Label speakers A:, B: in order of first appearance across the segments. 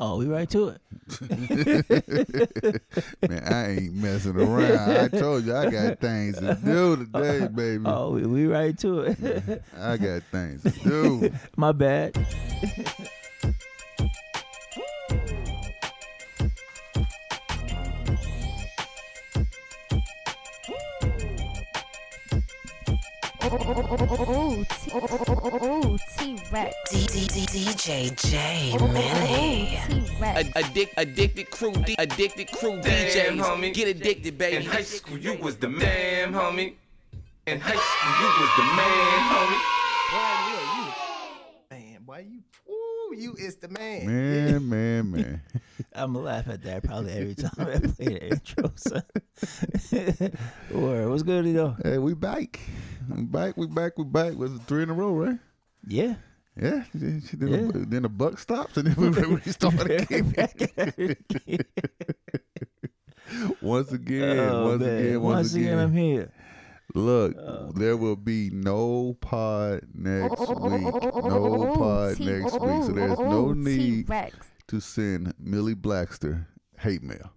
A: Oh, we right to it.
B: Man, I ain't messing around. I told you I got things to do today, baby.
A: Oh, we, we right to it.
B: I got things to do.
A: My bad.
C: Oh, T- oh, oh, oh, oh, oh, T-Rex.
D: D D D DJ J
C: Oh, oh, oh,
D: Manny.
C: oh, T-Rex.
E: Ad- addict, addicted crew, D- addicted crew
F: Damn,
E: DJs.
F: homie.
E: Get addicted,
F: In
E: baby.
F: high school, you was the man, homie. In high school, you was the man, homie.
G: Man, why you? Ooh, you is the man.
B: Man, man, man.
A: I'm gonna laugh at that probably every time I play the intro. Son. or what's good, you know?
B: Hey, we back. We back, we back, we back. Was it three in a row, right?
A: Yeah.
B: Yeah. Then, she- then
A: Yeah.
B: The, then the buck stops and then we restart again. once again,
A: Oh,
B: once
A: man.
B: again, once,
A: Once again, I'm here.
B: Look, there will be no pod next week. No
C: Oh,
B: pod
C: T-
B: next
C: oh,
B: week. So there's
C: oh,
B: no
C: oh,
B: need
C: T-Rex.
B: to send Millie Blackster hate mail.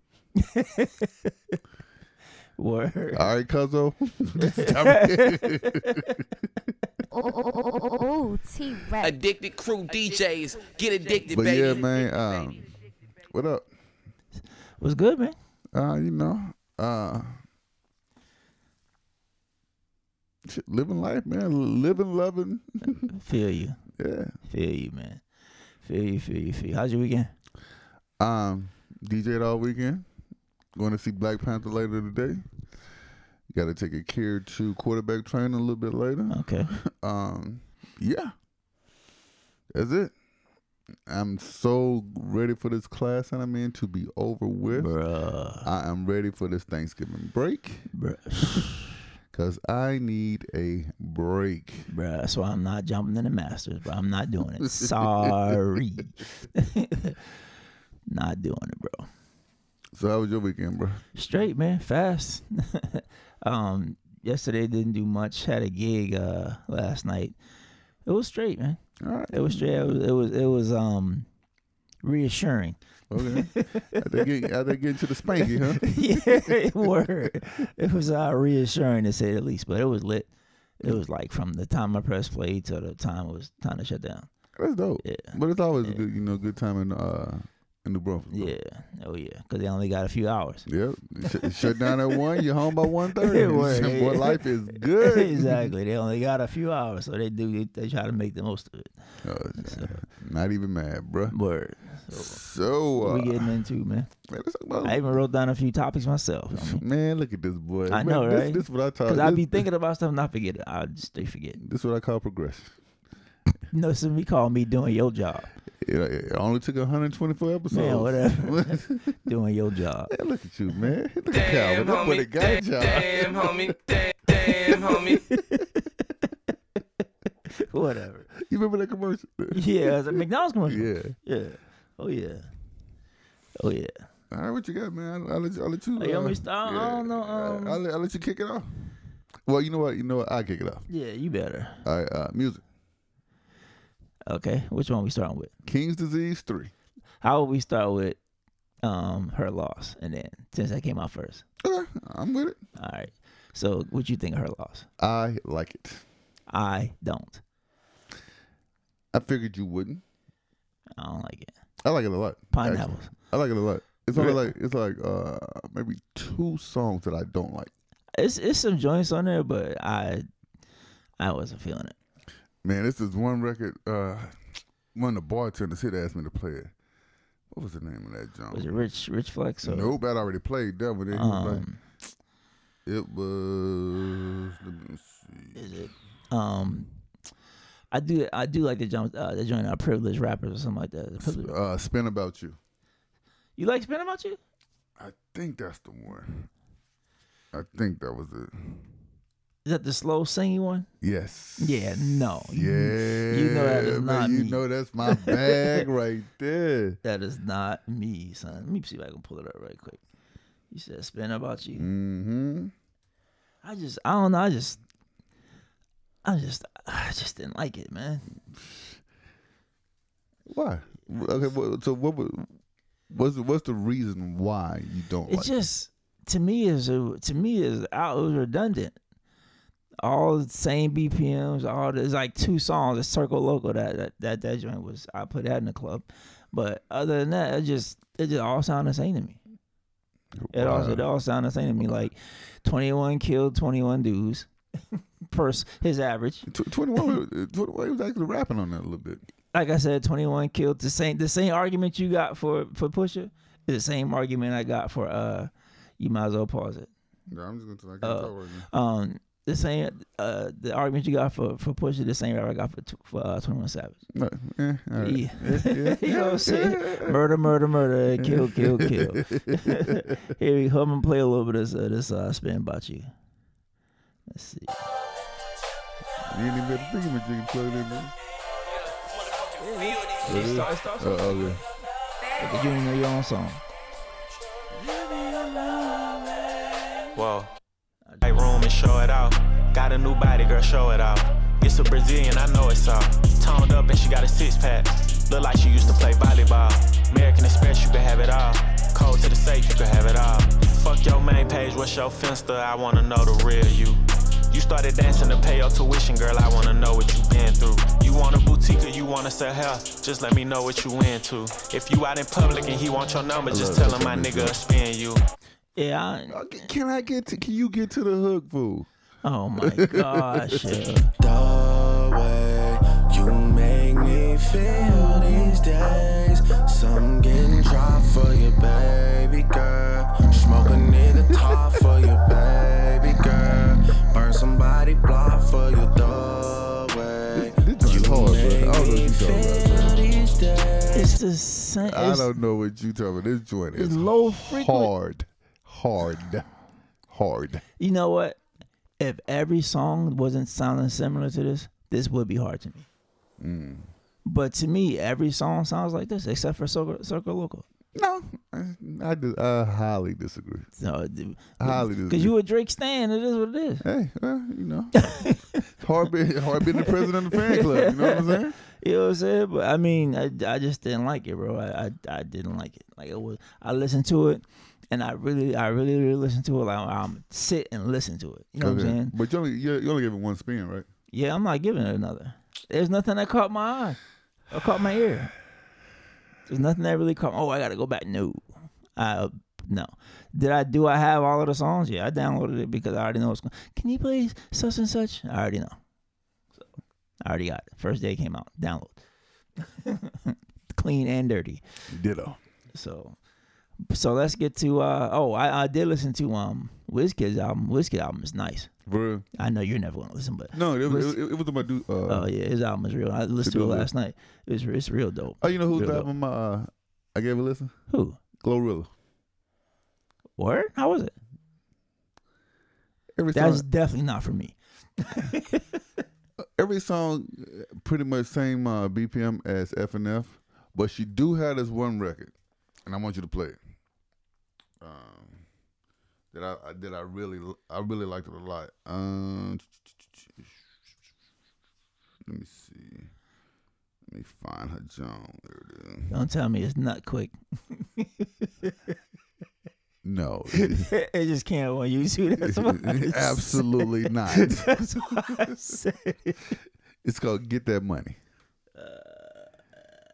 A: Word.
B: All right, Cuzzo.
C: Oh, oh, oh, oh, oh, oh, T-Rex.
E: Addicted crew DJs. Get addicted,
B: but
E: baby.
B: yeah, man. Um, what up?
A: What's good, man?
B: Uh, you know, uh, shit, living life, man. Living, loving.
A: Feel you.
B: Yeah.
A: Feel you, man. Feel you, feel you, feel you. How's your weekend?
B: Um, DJed all weekend. Going to see Black Panther later today. Got to take a care to quarterback training a little bit later.
A: Okay.
B: Um, yeah, that's it. I'm so ready for this class that I'm in to be over with.
A: Bruh.
B: I am ready for this Thanksgiving break
A: Bruh.
B: because I need a break.
A: Bruh. That's why I'm not jumping in the masters, bro. I'm not doing it. Sorry. not doing it, bro.
B: So how was your weekend, bro?
A: straight man fast um yesterday didn't do much had a gig uh last night it was straight man
B: All right,
A: it was straight it was it was, it was um reassuring
B: okay. out there getting, out there getting to the spanky, huh?
A: yeah it word it was uh reassuring to say the least but it was lit it was like from the time i pressed play to the time it was time to shut down
B: That's dope.
A: yeah
B: But it's always a
A: Yeah.
B: good, you know, good time in uh in the Bronx. bro.
A: yeah oh yeah because they only got a few hours
B: Yep. Sh- shut down at one. You're home by one thirty.
A: It works.
B: Boy, life is good.
A: exactly they only got a few hours so they do they, they try to make the most of it
B: Oh,
A: So-
B: not even mad, bruh.
A: word so
B: So, uh,
A: we getting into, man.
B: man, let's talk about-
A: I even wrote down a few topics myself. I mean,
B: man, look at this boy.
A: I
B: Man,
A: know,
B: this,
A: right?
B: This is what I talk.
A: Cause
B: Uh, This,
A: I be thinking about stuff and I forget it. I just stay forget.
B: this is what I call progression.
A: You know, so we call me doing your job,
B: It, it only took 124 episodes.
A: Man, whatever.
B: man,
A: doing your job.
B: look at you, man. Look at
F: Damn,
B: Calvin. That boy that
F: homie.
B: got a
F: Damn,
B: job.
F: damn, homie. Damn, damn, homie.
A: whatever.
B: You remember that commercial?
A: Yeah, it's a McDonald's commercial.
B: yeah.
A: Yeah. Oh yeah. Oh yeah.
B: All right, what you got, man? I'll, I'll, let, you, I'll let you. uh,
A: Hey, you want me to start? I don't know, um,
B: I'll, let, I'll let you kick it off. Well, you know what? You know what? I'll kick it off.
A: Yeah, you better.
B: All right, uh, music.
A: Okay. Which one we starting with?
B: King's Disease 3.
A: How would we start with um her loss and then since that came out first?
B: Okay, I'm with it.
A: All right. So what you think of her loss?
B: I like it.
A: I don't.
B: I figured you wouldn't.
A: I don't like it.
B: I like it a lot. actually.
A: Pineapples.
B: I like it a lot. It's only
A: Really?
B: like it's like uh maybe two songs that I don't like.
A: It's it's some joints on there, but I I wasn't feeling it.
B: Man, this is one record. Uh, one of the bartenders here asked me to play it. What was the name of that
A: Was
B: joint?
A: it Rich Rich Flex? Or,
B: Nope, I already played that one. Then he was like,
A: Um,
B: it was. Let me see.
A: is it? Um, I do I do like the joint uh, the joint uh, privileged rappers or something like that. The Privileged-
B: Uh, Spin about you.
A: you like spin about you?
B: I think that's the one. I think that was it.
A: Is that the slow singing one?
B: Yes.
A: Yeah, no.
B: Yeah.
A: that is
B: man,
A: not
B: You
A: me.
B: know that's my bag right there.
A: That is not me, son. Let me see if I can pull it up right quick. You said spin about you.
B: Mm-hmm.
A: I just I don't know. I just I just I just didn't like it, man.
B: Why? Okay, well, so what would what's the, what's the reason why you don't
A: It's
B: like?
A: just to me is a- to me is out it was redundant. All the same BPMs, all there's like two songs. It's Circle Local that that that, that joint was I put that in the club, but other than that, it just it just all sound the same to me. It all it all sound the same to me. Like twenty one killed twenty one dudes. Per s- his average,
B: Twenty one, twenty one was actually rapping on that a little bit.
A: like I said, twenty one killed. The same the same argument you got for for Pusha is the same argument I got for uh. You might as well pause it.
B: No, I'm just gonna. I
A: Uh,
B: can't talk right now.
A: um the same uh the argument you got for for Pusha the same rap I got for tw- for uh, Twenty One Savage.
B: No, eh, all right.
A: Yeah. you know what I'm saying? Murder, murder, murder, kill, kill, kill. Here we come and play a little bit of this, uh, this uh, spin about you. Let's see.
B: You didn't even have to think about you plugged in. there. Oh, okay.
A: You don't know your own song.
H: Whoa. Hey, room and show it off. Got a new body, girl, show it off. It's a Brazilian, I know it's all. Toned up and she got a six pack. Look like she used to play volleyball. American Express, you can have it all. Cold to the safe, you can have it all. Fuck your main page, what's your finster? I wanna know the real you. You started dancing to pay your tuition, girl. I wanna know what you been through. You want a boutique or you wanna sell hair? Just let me know what you into. If you out in public and he want your number, just tell him my nigga spin you.
A: Yeah. I,
B: Okay, Uh, Can I get to? Can you get to the hook, fool?
A: oh my gosh. yeah.
F: the way you make me feel these days. Some getting dry for your baby girl. Smoke a nigga top for your baby girl. Burn somebody block for your doorway.
B: This joint is hard, bro. I don't know what you talking about. bro.
F: These days.
A: It's the same.
B: I
A: It's,
B: don't know what you talking about. This joint
A: it's
B: is
A: low frequency.
B: hard, hard, hard.
A: You know what? If every song wasn't sounding similar to this, this would be hard to me. But to me, every song sounds like this, except for Circle, Circle Local.
B: No, I, I, dis- I highly disagree.
A: So,
B: Highly disagree.
A: because you a Drake stan, it is what it is.
B: Hey, well, you know, hard being hard being the president of the fan club. You know what I'm saying?
A: You know what I'm saying? But I mean, I, I just didn't like it, bro. I, I I didn't like it. Like it was, I listened to it, and I really, I really, really listened to it. Like I'm sit and listen to it. You know what I'm saying?
B: But you only you, you only gave it one spin, right?
A: Yeah, I'm not giving it another. There's nothing that caught my eye or caught my ear. There's nothing that really caught. Oh, I gotta go back. No, I no. Did I do? I have all of the songs. Yeah, I downloaded it because I already know what's going. Can you play such and such? I already know. So I already got it. First day it came out. Download. Clean and dirty.
B: Ditto.
A: So, so let's get to. uh Oh, I, I did listen to um Wizkid's album. Wizkid album is nice.
B: For real?
A: I know you're never gonna listen, but
B: No, it was, it, was- it was my dude. Uh,
A: Oh yeah, his album is real. I
B: Should
A: listened to it
B: do it.
A: last night. It's it's real dope.
B: oh, you know who's
A: Real
B: the
A: dope.
B: album? Uh, I gave a listen.
A: Who?
B: Glorilla.
A: Where? How was it?
B: Every
A: That's
B: song,
A: definitely not for me.
B: every song, uh, pretty much same uh, BPM as FNF, but she do have this one record, and I want you to play it. Um, that I I- that I really I really liked it a lot. Um, let me see. Let me find her John. There it is.
A: Don't tell me it's not quick.
B: No,
A: it just can't on YouTube. That's what I said.
B: absolutely not.
A: That's what I said.
B: It's called Get That Money.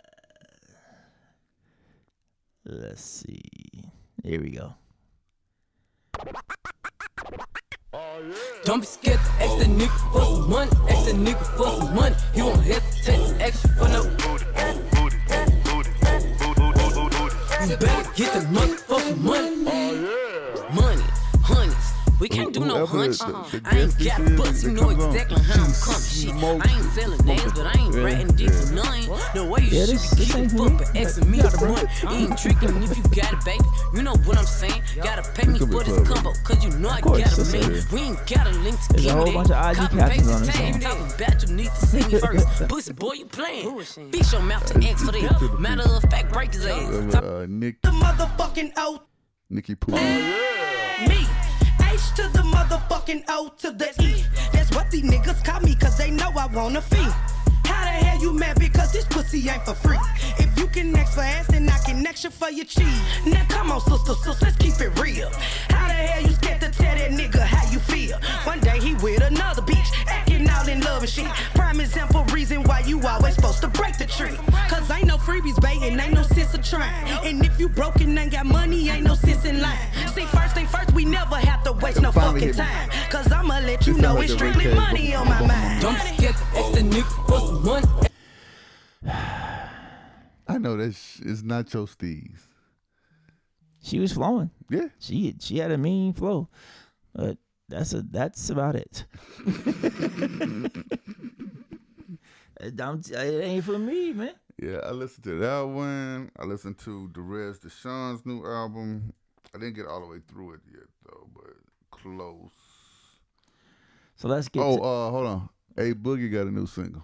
A: Let's see. Here we go.
I: Don't be scared to ask that nigga for some money. Ask that nigga for some money. He won't hesitate to ask you for no. You better get the motherfucking money. Money, honeys. We can't do no
B: Whoever
I: hunch.
B: the-
I: Uh-uh.
B: the
I: I ain't
B: guest
I: got
B: is,
I: butts,
B: that
I: you know
B: comes on,
I: exactly how I'm
B: she's
I: coming. Shit,
B: smoking.
I: I ain't selling names, but I ain't
B: Yeah,
I: ratting dick
B: yeah.
I: to none. No way you
A: Yeah,
I: should
A: this-
I: be
A: this
I: giving
A: ain't
I: fuck
A: me.
I: for asking me how to run. It ain't tricking if you got it, baby. You know what I'm saying? Gotta pay me
B: could be
I: for this
B: clever.
I: combo, cause you know I
A: course,
I: got
A: that's
I: a
A: it.
I: man. We ain't got a link to
A: There's a
I: give
A: whole
I: it.
A: bunch of IG
I: Copy,
A: captions
I: paste,
A: on this
I: tag.
A: song.
I: Talking about you need to see me first. Pussy boy, you playing. Bitch, your mouth to ask for that. Matter of fact, break his ass.
B: Uh, uh, Nick,
I: The motherfucking O
B: Nicky Poo.
I: me. H to the motherfucking O to the E. That's what these niggas call me, cause they know I wanna fee. How
J: the hell you mad because this pussy ain't for free. If you can next for ass, then I can next you for your cheese. Now come on, sister, sister, let's keep it real. How the hell you scared to tell that nigga how you feel? One day he with another bitch, acting all in love and shit. Prime example reason why you always supposed to break the tree. Cause ain't no freebies, babe, and ain't no sense of trying. And if you broken, ain't got money, ain't no sense in lying. See, first thing first, we never have to waste no
K: Finally
J: fucking
K: hit me.
J: time. Cause I'ma let you
K: This sound
J: know
K: like
J: it's
K: the
J: strictly
K: Ray K.
J: money on my mind.
K: Don't get extra nigga for some money.
B: I know that sh- is not your steez.
A: She was flowing.
B: Yeah.
A: She she had a mean flow. But that's a that's about it. It don't- it ain't for me, man.
B: Yeah, I listened to that one. I listened to Derez Deshawn's new album. I didn't get all the way through it yet though, but close.
A: So let's get
B: Oh,
A: to-
B: uh, hold on. A Boogie got a new single,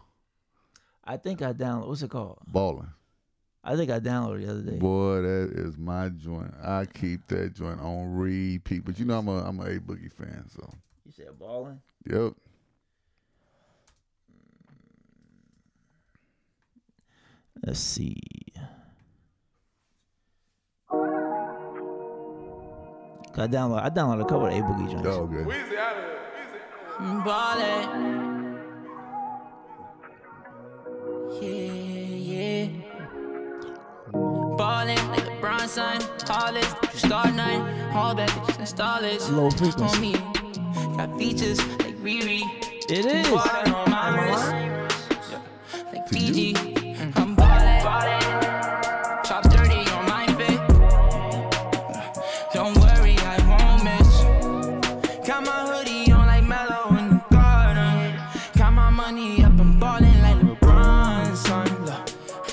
A: I think I downloaded what's it called?
B: Ballin'.
A: I think I downloaded the other day.
B: Boy, that is my joint. I keep that joint on repeat. But you know I'm a I'm a A Boogie fan, so
A: You said balling.
B: yep.
A: Let's see. I download I downloaded a couple of A Boogie joints.
B: Oh, good.
K: Ballin'. Yeah, yeah. Ballin' like a bronze sign, tallest, you star nine, all that bitch install it.
A: Low frequency.
K: Homie, got features like Riri.
A: It is.
K: Ballin' on my wrist. Yeah. Like Fiji. I'm ballin', ballin'. Chop dirty on my fit. Don't worry, I won't miss. Got my hoodie on like Mellow in the garden. Got my money up and ballin' like LeBron, son. Look.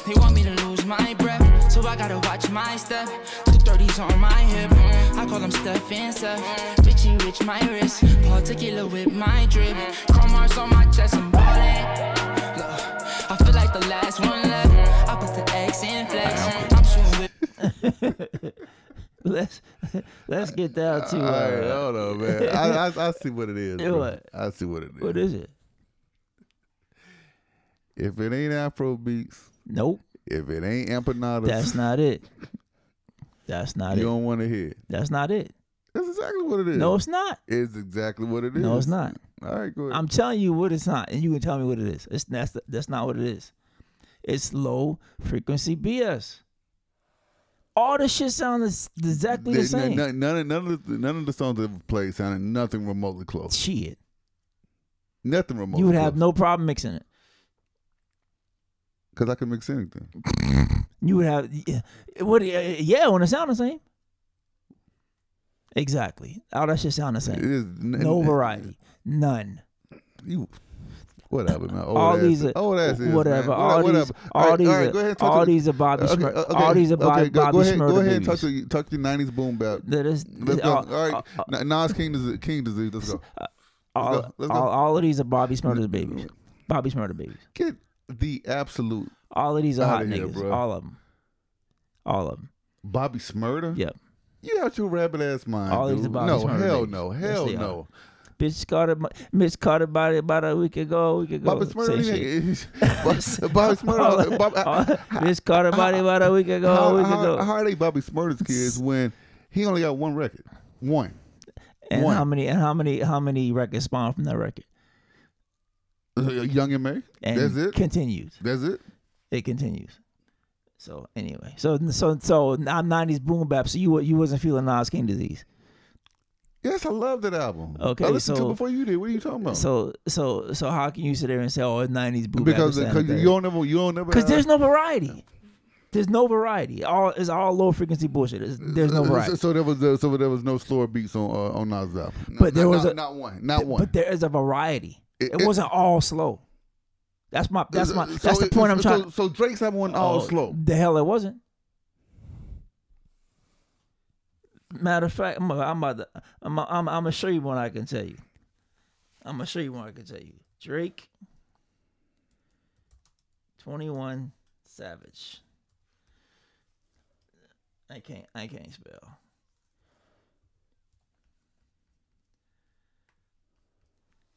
K: They want me to lose my breath, so I gotta watch my step. Two thirties on my hip, I call them Steph and Seth. Bitchy rich my wrist, particular with my drip. Chrome hearts on my chest, I'm ballin'. Look, I feel like the last one left. I put the X in flex. I'm shooting with.
A: let's let's get down to
B: All
A: uh,
B: right, hold on, man. I, I, I see what it is.
A: Yeah,
B: bro.
A: what?
B: I see what it is.
A: What is it?
B: If it ain't Afro beats,
A: nope.
B: If it ain't empanadas,
A: That's not it. That's not
B: you
A: it.
B: don't want to hear.
A: That's not it.
B: That's exactly what it is.
A: No, it's not.
B: It's exactly what it is.
A: No, it's not.
B: All right, go ahead.
A: I'm telling you what it's not, and you can tell me what it is. It's that's that's not what it is. It's low frequency BS. All the shit sounds exactly the
B: They-
A: same.
B: None, none, of- none of the, none of the songs that have played sounded nothing remotely close.
A: Shit.
B: Nothing remotely.
A: You would have no problem mixing it.
B: because I can mix anything.
A: You would have yeah, what? Yeah, when it sound the same. Exactly. All that shit sound the same.
B: It is n-
A: no
B: n-
A: variety. None.
B: You whatever, man. Old
A: all
B: ass,
A: these, are-
B: old ass is,
A: whatever.
B: man.
A: All
B: whatever.
A: these, all these,
B: go ahead and
A: are-
B: talk to
A: all
B: the-
A: these are Bobby
B: Okay,
A: Smur-
B: okay,
A: All these are Bob-
B: okay, go,
A: Bobby
B: go ahead,
A: Smurda
B: Go ahead and talk
A: babies.
B: to talk to the nineties boom bap.
A: That is-
B: Let's go.
A: all-
B: all
A: uh,
B: right, N- Nas King disease, King disease. Let's go.
A: All,
B: go, let's go.
A: all, all of these are Bobby Smurda babies. Bobby Smurda babies.
B: Get the absolute.
A: All of these are hot
B: outta here,
A: niggas.
B: bro.
A: All of them. All of them.
B: Bobby Smurda.
A: Yep.
B: You out your rabbit ass mind.
A: All
B: dude.
A: these are Bobby
B: no,
A: Smurda
B: hell
A: babies.
B: no,
A: Yes,
B: hell
A: they are.
B: no.
A: Bitch Carter, Miss Carter about it about a week ago. A week ago.
B: Bobby Smurda,
A: Same shit.
B: nigga, Bob- Bobby Smurda, Bob-
A: All- Miss Carter about it about a week ago.
B: how,
A: a week
B: how-
A: ago.
B: how are they Bobby Smurda's kids when he only got one record? One.
A: and
B: one.
A: how many? And how many? How many records spawned from that record?
B: Uh, Young and May.
A: And
B: That's it.
A: Continues.
B: That's it.
A: It continues. So anyway, so so so I'm '90s boom bap. So you wa- you wasn't feeling Nas King disease.
B: Yes, I love that album.
A: Okay,
B: I listened to
A: so-
B: it before you did. What are you talking about?
A: So so so how can you sit there and say oh it's '90s boom
B: because
A: bap?
B: because you don't never you don't never
A: because
B: have-
A: there's no variety. There's no variety. All it's all low frequency bullshit. It's, there's no
B: so-
A: variety.
B: So there was uh, so there was no slower beats on uh, on Nas album. No,
A: But there
B: not-
A: was
B: not,
A: a-
B: not one, not
A: Th-
B: one.
A: But there is a variety. It,
B: it-
A: wasn't all slow. That's my that's my
B: So
A: that's the
B: it-
A: point I'm
B: so-
A: trying.
B: So, so Drake's album wasn't all
A: Oh,
B: slow.
A: The hell it wasn't. Matter of fact, I'm, I'm about to, I'm, I'm, I'm gonna show you one I can tell you. I'm gonna show you one I can tell you. Drake, Twenty One Savage. I can't, I can't spell.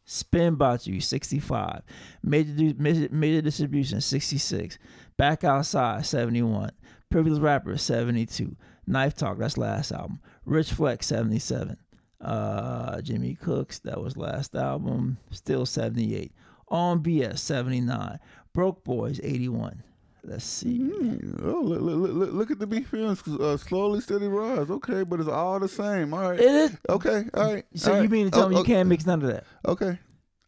A: Spin about you, 65. Major, du- major, major distribution, 66. Back outside, 71. Privileged rapper, 72. Knife Talk, that's last album. Rich Flex, 77. Uh, Jimmy Cooks, that was last album. Still 78. On BS, 79. Broke Boys, 81. Let's see.
B: Oh, look, look, look, look at the B films. Uh, slowly, steady rise. Okay, but it's all the same. All right.
A: It is.
B: Okay. All right.
A: So
B: all
A: you
B: right.
A: mean to tell
B: Oh,
A: me you
B: oh,
A: can't mix none of that?
B: Okay.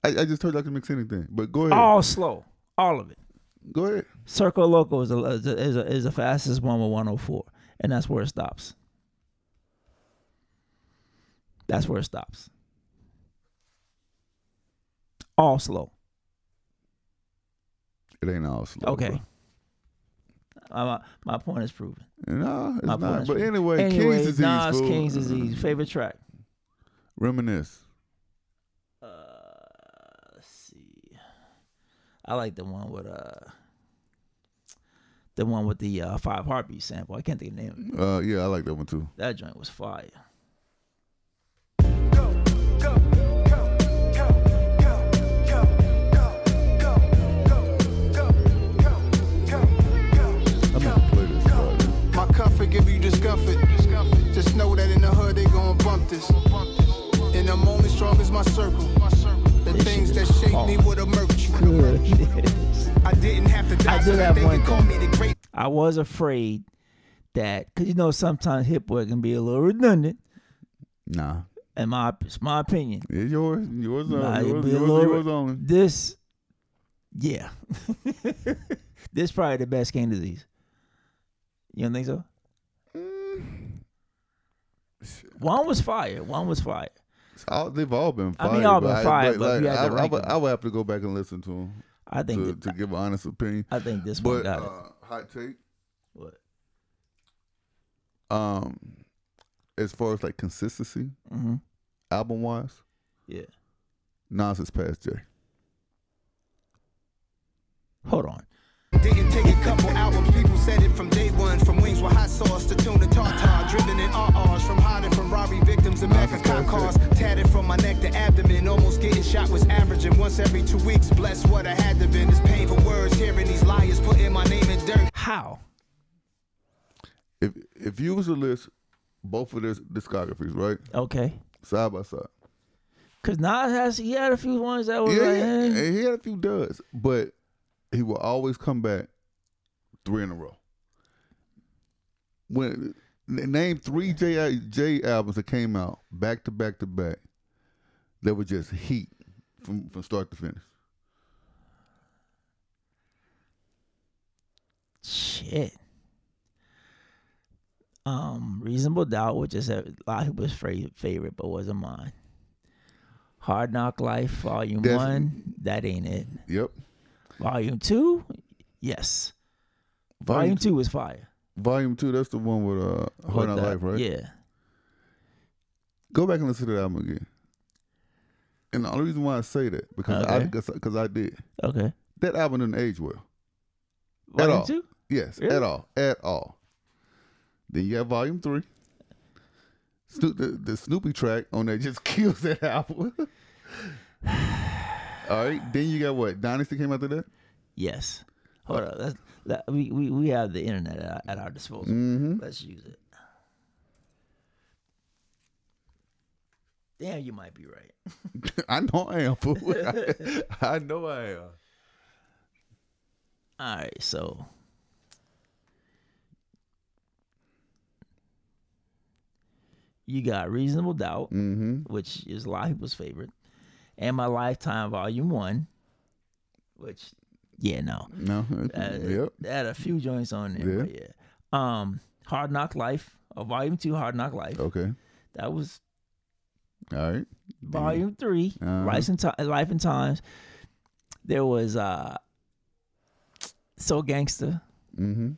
B: I, I just told you I can mix anything, but go ahead.
A: All slow, all of it.
B: Go ahead.
A: Circo Loco is the is, the- is, the- is the fastest one with 104, and that's where it stops. That's where it stops. All slow.
B: It ain't all slow.
A: Okay. Uh, my, my point is proven.
B: No, it's
A: My point
B: not.
A: is
B: But
A: proven.
B: anyway,
A: Anyway,
B: King's disease.
A: Nas
B: fool. Uh-huh.
A: King's disease. Favorite track.
B: Reminisce.
A: I like the one with uh the one with the uh, five heartbeat sample. I can't think of the name. of it.
B: Uh, yeah, I like that one too.
A: That joint was fire.
B: I'm gonna play this.
L: My comfort give you discomfort. Just know that in the hood they gon' bump this. And I'm only strong as my circle. The things that shape
K: Oh.
L: me would emerge. I didn't have to die
A: I
L: so
A: did
L: that
A: have
L: they
A: one
L: could call me
A: thing.
L: the great.
A: I was afraid that because you know sometimes hip work can be a little redundant.
B: Nah.
A: And my it's my opinion.
B: It's yours. Yours. uh,
A: Nah, it'd
B: yours,
A: be a
B: yours,
A: little-
B: yours only.
A: This, yeah, this probably the best King disease. You don't think so?
B: Mm.
A: One was fire. One was fire.
B: It's all- they've all been
A: I
B: fired.
A: mean, all been
B: I-
A: fired, but if you had to
B: I, I,
A: rank
B: would,
A: them.
B: I would have to go back and listen to them.
A: I think
B: to,
A: that-
B: to give an honest opinion.
A: I think this
B: but,
A: one got
B: uh, Hot take.
A: What?
B: Um, as far as like consistency,
A: Mhm.
B: album wise,
A: Yeah.
B: Nas is past Jay.
A: Hold on.
L: Didn't take a couple albums, people said it from day one. From wings with hot sauce to tuna tartar, driven in RRs, from hiding from robbery victims and Mac and cop cars. Tatted from my neck to abdomen, almost getting shot was averaging once every two weeks. Bless what I had to been. It's painful words hearing these liars putting my name in dirt.
A: How?
B: If if you was to list both of their discographies, right?
A: Okay.
B: Side by side.
A: Cause Nas has he had a few ones that was
B: yeah,
A: like,
B: yeah.
A: eh.
B: And he had a few duds, but he will always come back three in a row. When n- name three J J albums that came out back to back to back, that were just heat from from start to finish.
A: shit. Um, reasonable doubt, which is a lot of people's fra- favorite, but wasn't mine. Hard Knock Life, Volume
B: That's-
A: One. That ain't it.
B: Yep.
A: Volume Two, yes. Volume,
B: Volume
A: Two was fire.
B: Volume two, that's the one with uh
A: With
B: Hard Knock
A: the-
B: Life, right?
A: Yeah.
B: Go back and listen to that album again. And the only reason why I say that because I
A: Okay.
B: because I did.
A: Okay.
B: That album didn't age well. at
A: Volume
B: all.
A: two?
B: Yes, at
A: Really?
B: all, at all. Then you have Volume Three. Snoop, the, the Snoopy track on there just kills that album. all right, then you got what Dynasty came after that.
A: Yes. Hold up. Let's, let, we, we we have the internet at our, at our disposal.
B: Mhm.
A: Let's use it. Damn, you might be right.
B: I know I am. Fool. I, I know I am.
A: All right, so you got reasonable doubt,
B: Mm-hmm.
A: which is a lot of people's favorite, and my lifetime volume one, which yeah, no,
B: No.
A: uh,
B: yep.
A: had a few joints on there, but yeah. Um, Hard Knock Life, uh, volume two, Hard Knock Life.
B: Okay.
A: That was
B: All right.
A: volume 3
B: Uh-huh.
A: life and Ti- life and times. There was uh, so gangster.
B: Mm-hmm.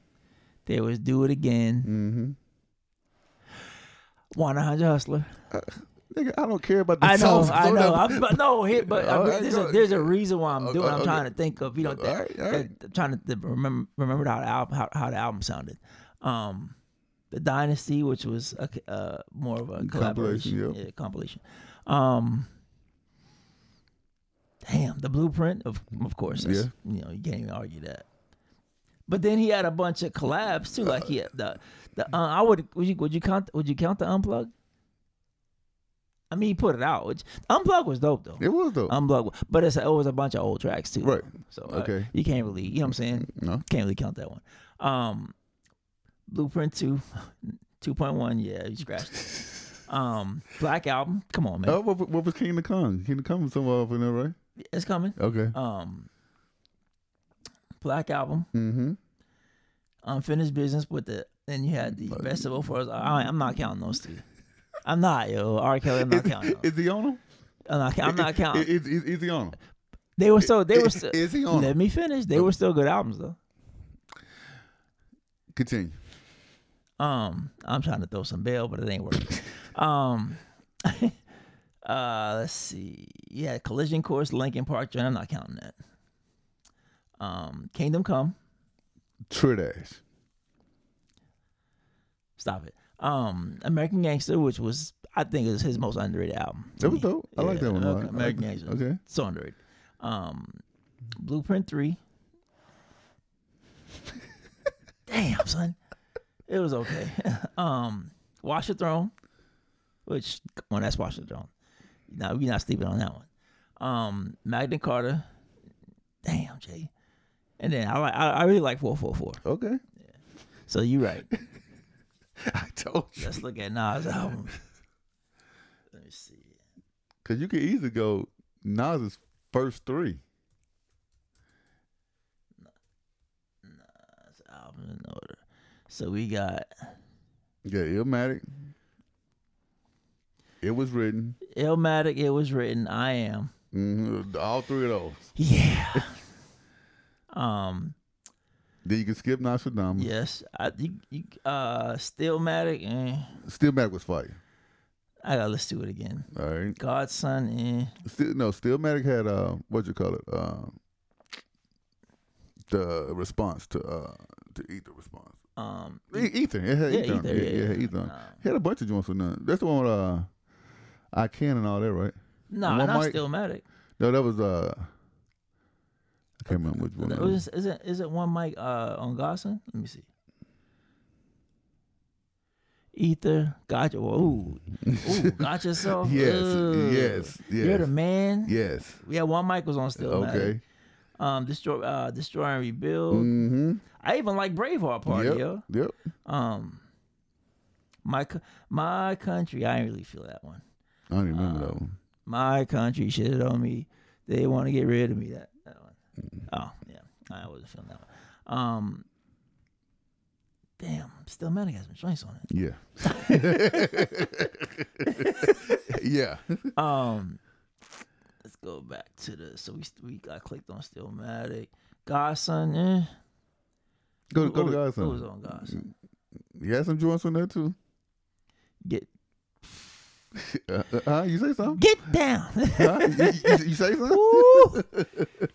A: There was Do It Again.
B: Mm.
A: Mm-hmm. One hundred hustler.
B: Nigga, I don't care about the
A: I know,
B: songs.
A: I
B: Slow
A: know.
B: down.
A: I'm, but no, hit, but I-
B: All right,
A: there's,
B: go-
A: a, there's a reason why I'm
B: Uh,
A: doing.
B: uh,
A: I'm
B: okay.
A: trying to think of you know, that,
B: All right, all right.
A: that- trying to th- remember remember how the album how, how the album sounded. Um, the Dynasty, which was a, c- uh, more of a
B: Compilation,
A: collaboration,
B: yeah.
A: yeah, compilation. Um, Damn, the blueprint of of course. that's- You know, you can't even argue that. But then he had a bunch of collabs too. Like he had the the uh, I would would you would you count would you count the unplug? I mean, he put it out. Which, unplug was dope though. It
B: was dope.
A: Unplug, but it's it was a bunch of old tracks too. Right. So uh,
B: Okay.
A: you can't really you know what I'm saying. No, can't really count that one. Um, Blueprint two, two point one. Yeah, you scratched. it. um, Black album. Come on, man.
B: Oh, what, what was King of Kong? King of Kong was somewhere up in there, right?
A: It's coming.
B: Okay.
A: Um, Black album.
B: Mm-hmm.
A: Unfinished business with the. Then you had the festival for us. I, I'm not counting those two. I'm not yo R Kelly. I'm not counting.
B: Is he on them?
A: I'm not, I'm not counting.
B: Is, is, is he on them?
A: They were so. They were. Still,
B: Is he on
A: Let me finish. They were still good albums though.
B: Continue.
A: Um, I'm trying to throw some bail, but it ain't working. um, uh, let's see. Yeah, Collision Course, Lincoln Park Joint. I'm not counting that. Um, Kingdom Come.
B: Tridash.
A: Stop it. Um, American Gangster, which was I think is his most underrated album. to
B: That was
A: me.
B: dope. I like that one a lot.
A: American,
B: I like
A: American
B: that.
A: Gangster.
B: Okay.
A: so underrated. Um, Blueprint Three. Damn son, it was okay. um, Wash Your Throne, which come on, that's Wash Your Throne. Now we're not sleeping on that one. Um, Magna Carta. Damn Jay, and then I like I, I really like Four Four Four.
B: Okay.
A: So you're right.
B: I told you.
A: Let's look at Nas album. Let me see.
B: Because you could easily go Nas's first three.
A: Nas album in order. So we got
B: Yeah, Illmatic. It was written.
A: Illmatic. It was written. I am.
B: hmm all three of those.
A: Yeah. um.
B: Then you can skip Nostradamus.
A: Yes. I. You, you, uh. Stillmatic. Eh.
B: Stillmatic was fire.
A: I gotta listen to it again.
B: All right.
A: Godson. Eh.
B: Still, no, Stillmatic had uh, what you call it? Uh, the response to uh, to Ether response.
A: Um.
B: E- Ethan, it had
A: Yeah,
B: Ether. on
A: Ether,
B: it. Yeah,
A: yeah,
B: yeah, it had
A: yeah. Um,
B: Ether. on it. He had a bunch of joints with none. That's the one with uh, I can and all that, right?
A: Nah,
B: One
A: not
B: mic?
A: Stillmatic.
B: No, that was uh, I can't remember which one.
A: That
B: that
A: was- Is it is it one mic uh on Godson? Let me see. Ether, got your ooh, ooh, got yourself.
B: Yes,
A: Ugh.
B: yes,
A: You're
B: yes.
A: the man.
B: Yes.
A: Yeah, one mic was on still.
B: Okay.
A: Okay. Um, destroy, uh, destroy and rebuild.
B: Mm-hmm.
A: I even like Braveheart Party,
B: Yep,
A: yo.
B: yep.
A: Um, my co- my country, I didn't really feel that one.
B: I don't even remember
A: Ah.
B: that one.
A: My country shitted on me. They want to get rid of me. That that one. Oh yeah, I wasn't feeling that one. Um, damn, still mad. I got some joints on it.
B: Yeah. yeah.
A: Um, let's go back to the. So we we got clicked on Stillmatic, Godson. Eh.
B: Go to
A: Who-
B: go to
A: who-
B: Godson.
A: Who was on Godson?
B: You had some joints on there too.
A: Get.
B: Uh, uh, Mm. huh? You say something?
A: Get down.
B: Huh? You, you- you say something?
A: Woo!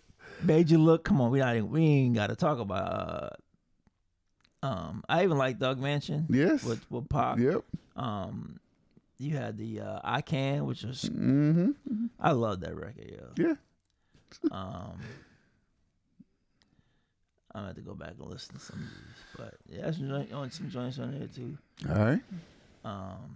A: Made you look. Come on, we not even, we ain't got to talk about. Uh, um, I even like Doug Mansion.
B: Yes.
A: with with Pop.
B: Yep.
A: Um, you had the uh, I Can, which was
B: Mm-hmm.
A: I love that record. Yeah.
B: Yeah.
A: Um, I'm gonna have to go back and listen to some of these, but yeah, there's some joint- on some joints on here too.
B: All right.
A: Um,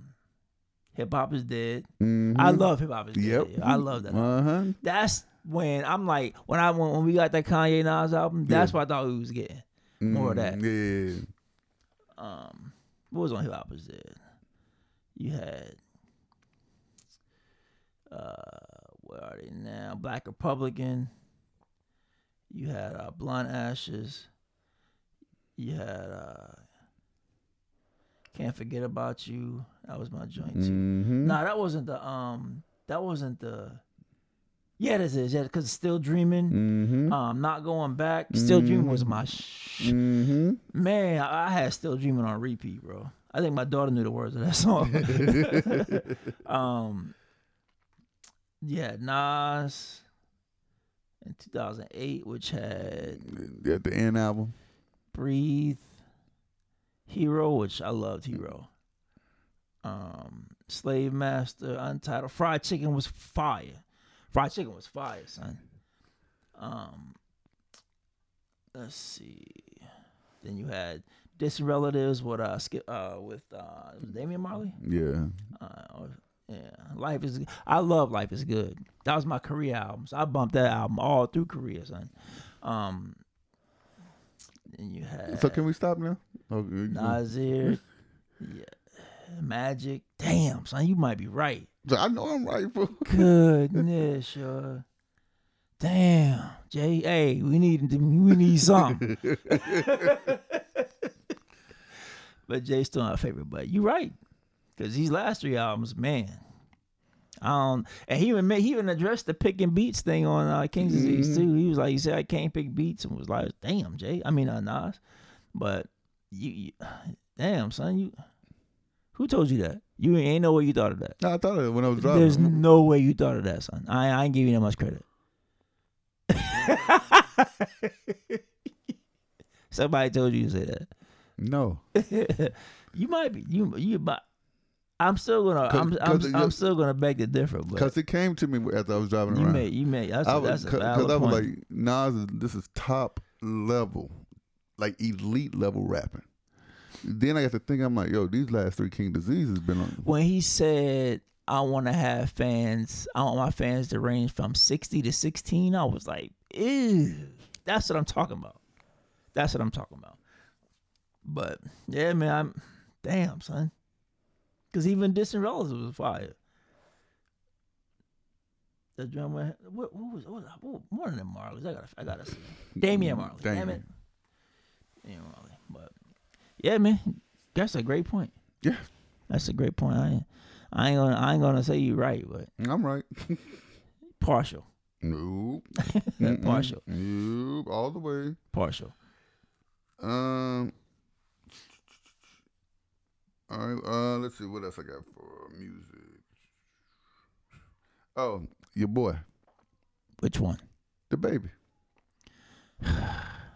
A: Hip Hop is dead.
B: Mhm.
A: I love Hip Hop is
B: Yep.
A: dead. I love that.
B: Uh-huh.
A: That's when I'm like when I when, when we got that Kanye Nas album. That's what I thought we was getting more of that.
B: Mm, Yeah.
A: Um, what was on Hip Hop is dead? You had uh, where are they now? Black Republican. You had uh, Blunt Ashes. You had uh, Can't Forget About You. That was my joint too.
B: Mhm.
A: Nah, that wasn't the um. That wasn't the. Yeah, this is yeah, cause still dreaming.
B: Mhm.
A: Um, not going back. Still dreaming was my sh-
B: Mm-hmm.
A: man. I, I had still dreaming on repeat, bro. I think my daughter knew the words of that song. um, yeah, Nas in 2008, which had
B: At the end album.
A: Breathe, Hero, which I loved Hero. Um, Slave Master, Untitled, Fried Chicken was fire. Fried chicken was fire, son. Um, let's see. Then you had distant relatives with uh, Skip, uh with uh Damian Marley.
B: Yeah.
A: Uh, or- yeah, life is. I love life is good. That was my Korea album. So I bumped that album all through Korea, son. Um, then you had
B: So can we stop now? Oh, Okay.
A: Nasir, yeah, Magic. Damn, son, you might be right.
B: I know I'm right, bro.
A: Goodness, uh, damn, Jay. Hey, we need we need something. but Jay's still my favorite. But you're right, because these last three albums, man. I don't, and he even made, he even addressed the pick and beats thing on uh, King's Disease too. He was like, he said, I can't pick beats, and was like, damn, Jay. I mean, uh, Nas, but you, you, damn son, you. Who told you that? You ain't no way you thought of that.
B: No, I thought of it when I was
A: There's
B: driving.
A: no way you thought of that, son. I, I ain't giving you that much credit. Somebody told you to say that.
B: No.
A: you might be you you might. I'm still gonna I'm
B: 'Cause-
A: I'm,
B: 'cause it-
A: I'm still gonna beg to differ, but
B: Because it came to me after I was driving
A: You
B: around.
A: may- you may- that's a-
B: I
A: that's a
B: cause,
A: valid
B: I was
A: point.
B: like, Nas, is, this is top level, like elite level rapping. Then I got to think, I'm like, yo, these last three King Disease has been on.
A: when he said I want to have fans, I want my fans to range from 60 to 16, I was like, ew, that's what I'm talking about. That's what I'm talking about. But yeah, man, I'm damn son, because even distant relatives was fire. The drummer, what, what was, what, what, more than Marley's? I gotta, I gotta see. Damian
B: Mm,
A: Marley, damn it, Damian Marley. But yeah, man, that's a great point.
B: Yeah,
A: that's a great point. I, ain't- I ain't gonna, I ain't gonna say you right, but
B: I'm right.
A: partial,
B: Nope. Mm-mm.
A: partial,
B: Nope. All the way.
A: partial.
B: Um. All right. Uh, let's see what else I got for music. Oh, your boy,
A: Which one?
B: the baby.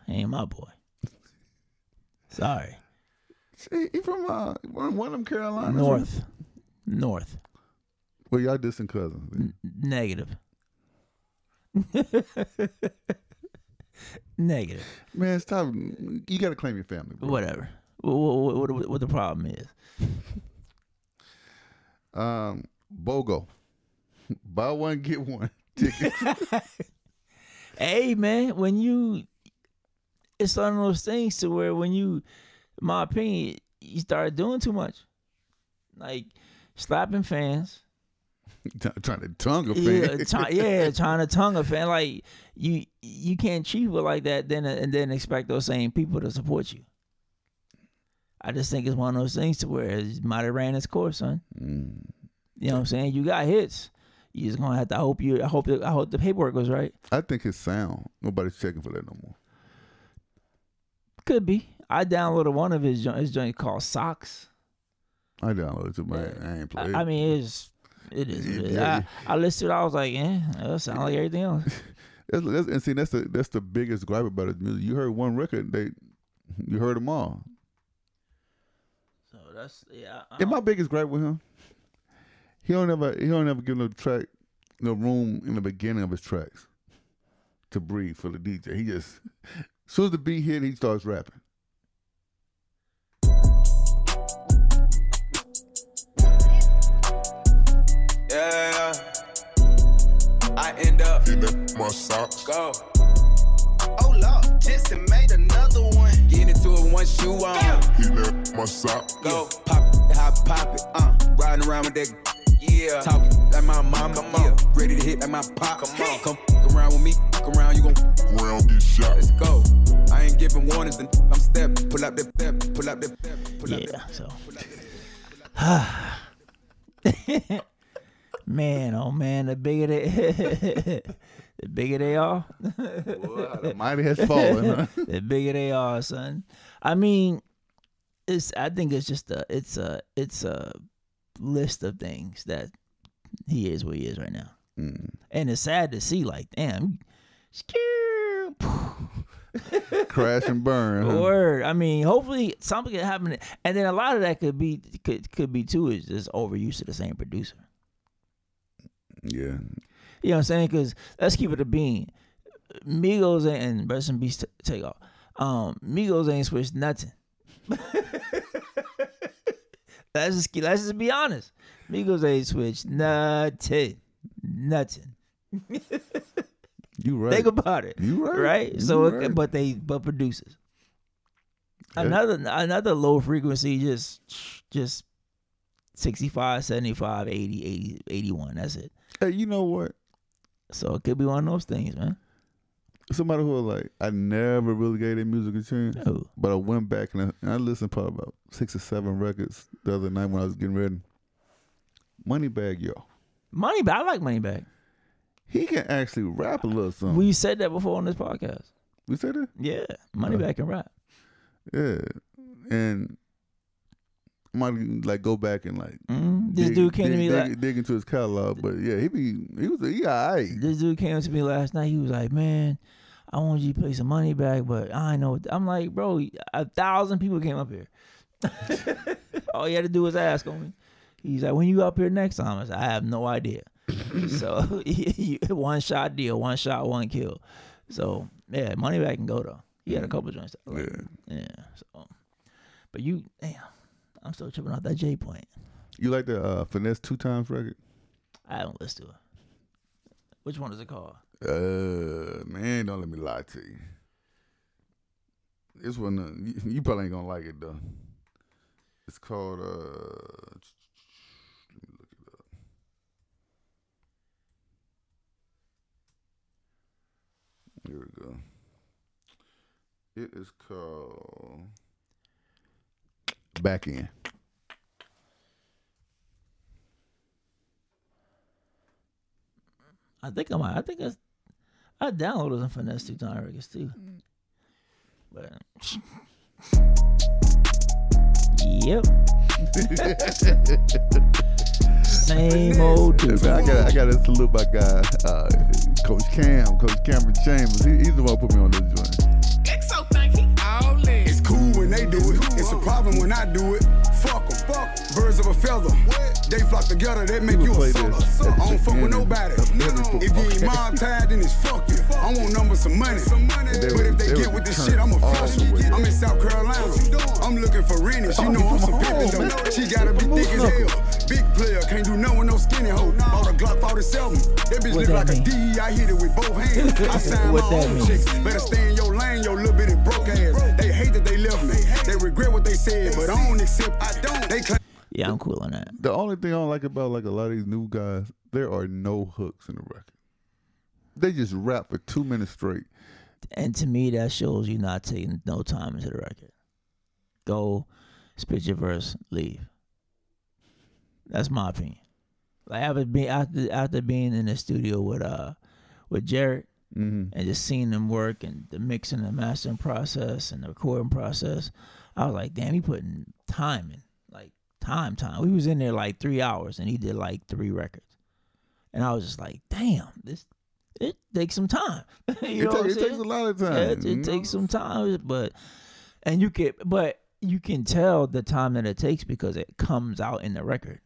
A: Ain't my boy. Sorry,
B: See, he from uh, one one of them Carolinas. right?
A: north, north,
B: Well, y'all distant cousins.
A: Mm.
B: then.
A: negative, negative.
B: Man, stop. You got to claim your family. Bro.
A: Whatever. What, what, what, what the problem is?
B: Um, BOGO. Buy one, get one. Tickets.
A: hey man, when you it's one of those things to where when you my opinion, you start doing too much. Like slapping fans.
B: T- trying to tongue a
A: Yeah,
B: fan.
A: try, yeah, trying to tongue a fan. Like you you can't treat people like that then and then expect those same people to support you. I just think it's one of those things to where it might have ran its course, son.
B: Mm.
A: You know what I'm saying? You got hits. You just gonna have to I hope you I hope the, I hope the paperwork was right.
B: I think his sound. Nobody's checking for that no more.
A: Could be. I downloaded one of his joint, his joint called Socks.
B: I downloaded it, but I ain't played.
A: I, I mean, it's it is. It is.
B: Yeah.
A: I, I listened to it. I was like, eh, that sounds like everything else.
B: that's, that's, and see, that's the that's the biggest gripe about his music. You heard one record, they you heard them all.
A: So that's yeah. I- I
B: And my
A: don't-
B: biggest gripe with him, he don't ever he don't ever give no track, no room in the beginning of his tracks to breathe for the DJ. He just as soon as the beat hit, he starts rapping.
F: Yeah. I end up in my socks. Go.
G: Oh Lord, Justin made another one.
F: Get into it once you on.
G: Yeah.
F: He left my sock. Go. Pop it, hop, pop it. Uh, riding around with that. Yeah. Talking like my mom. Come on. Ready to hit like my pop. Come on. Come f- around with me. F- around, you gon' f- around get shot. Let's go. I ain't giving warnings. And I'm step. Pull up that step. Pull up that step. Pull up
A: yeah. So, man, oh man, the bigger they, the bigger they are,
B: Ah, the mighty has fallen, huh?
A: the bigger they are, son. I mean, it's. I think it's just a. It's a. It's a list of things that he is what he is right now, and it's sad to see. Like, damn,
B: Crash and burn. huh?
A: Word. I mean, hopefully something can happen, and then a lot of that could be could could be too is just overuse to the same producer.
B: Yeah.
A: You know what I'm saying? Because let's keep it a bean. Migos ain't, and rest in peace, t- take off. Um, Migos ain't switched nothing. let's just let's just be honest. Migos ain't switched nothing, nothing.
B: You right.
A: Think about it.
B: You right.
A: Right.
B: You
A: So, it-
B: right.
A: but they but producers.
B: Yeah.
A: Another another low frequency just just 65, 75, 80, 80, 81. That's it.
B: Hey, you know what?
A: So it could be one of those things, man.
B: Somebody who like I never really gave their music a chance,
A: No.
B: but I went back and I, and I listened probably about six or seven records the other night when I was getting ready. Moneybag, y'all,
A: Moneybag, I like Moneybag.
B: he can actually rap a little something. We,
A: We said that before on this podcast.
B: said that,
A: Yeah, Moneybag can rap.
B: yeah, and I might like go back and like
A: Mhm. This
B: dig-
A: dude came to
B: dig-
A: me
B: dig,
A: like-
B: dig into his catalog, but yeah, he be he was he alright.
A: This dude came to me last night. He was like, "Man, I want you to play some money back, but I ain't know." what-" I'm like, "Bro, a thousand people came up here. All you had to do was ask on me." He's like, "When you up here next time?" I said, "I have no idea." so one shot deal, one shot, one kill. So yeah, money back can go though. He had a couple joints. that I liked. yeah. So, but you, damn, I'm still tripping off that J point.
B: You like the uh, finesse two times record?
A: I don't listen to it. Which one is it called?
B: Uh, man, don't let me lie to you. This one, uh, you, you probably ain't gonna like it though. It's called. uh Let me look it up. Here we go. It is called Back End.
A: I think I might. I think I, I downloaded some finesse two time records too. But yep, same old dude.
B: I got I got to salute my guy, uh, Coach Cam, Coach Cameron Chambers. He, he's the one who put me on this joint.
G: XO think he all in. It's cool when they do it. It's a problem when I do it. Fuck 'em. Fuck. Birds of a feather. They flock together. They make
B: would
G: you
B: play
G: a
B: this
G: sucker.
B: at the
G: I don't fuck with
B: beginning
G: nobody.
B: of
G: No.
B: every
G: If you ain't
B: football
G: mob tied, then it's fuck you. I want numbers some money.
B: They
G: But if
B: would-
G: they
B: they
G: get
B: would
G: with this
B: turn
G: shit, I'ma
B: all
G: flush
B: the way
G: you. I'm in South Carolina. I'm looking for Rennie. She
B: Oh,
G: know
B: you
G: I'm
B: from
G: some
B: home,
G: pimpin'
B: man.
G: though. She gotta be thick as hell. Big player. Can't do nothing with no skinny hoe. Bought a Glock 47. That bitch
A: What
G: look like
A: that
G: a
A: mean?
G: D. I hit it with both hands. I signed
A: What
G: my
A: that
G: own
A: mean?
G: chicks. Better stay in your lane, your little bitty broke ass. They hate that they left me. They regret what they said, but I don't accept. I don't. They claim.
A: Yeah, I'm cool on that.
B: The only thing I don't like about like a lot of these new guys, there are no hooks in the record. They just rap for two minutes straight.
A: And to me, that shows you not taking no time into the record. Go, spit your verse, leave. That's my opinion. Like after being after after being in the studio with uh with Jared
B: Mm-hmm.
A: and just seeing them work and the mixing and mastering process and the recording process, I was like, damn, he putting time in, like time, time. We was in there like three hours and he did like three records, and I was just like, damn, this it takes some time. you
B: It,
A: know
B: take-
A: what I'm
B: it
A: saying?
B: takes a lot of
A: Yeah,
B: time. Mm-hmm.
A: it,
B: you know?
A: it takes some time, but and you can, but you can tell the time that it takes because it comes out in the record.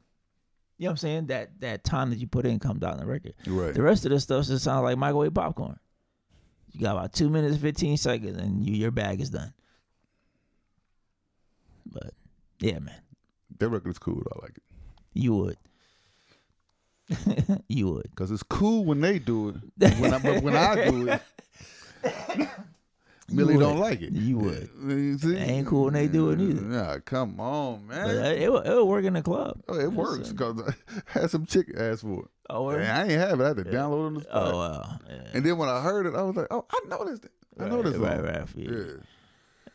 A: You know what I'm saying? That that time that you put in comes out in the record.
B: Right.
A: The rest of the stuff just sounds like microwave popcorn. You got about two minutes, fifteen seconds, and you, your bag is done. But yeah, man,
B: That record is cool. I like it
A: you would, you would.
B: because it's cool when they do it. When I, but when I do it, Millie
A: would.
B: don't like it.
A: You would.
B: You see?
A: ain't cool when they do it either.
B: Nah, come on,
A: But uh,
B: man.
A: it, it, will- it will work in the club.
B: Oh, it works because I had some chick ask for it.
A: Oh, word?
B: Man, I ain't have it. I had to download it on the spot.
A: Oh wow. Yeah.
B: And then when I heard it, I was like, oh, I know this. thing. I know this.
A: Right,
B: song.
A: right,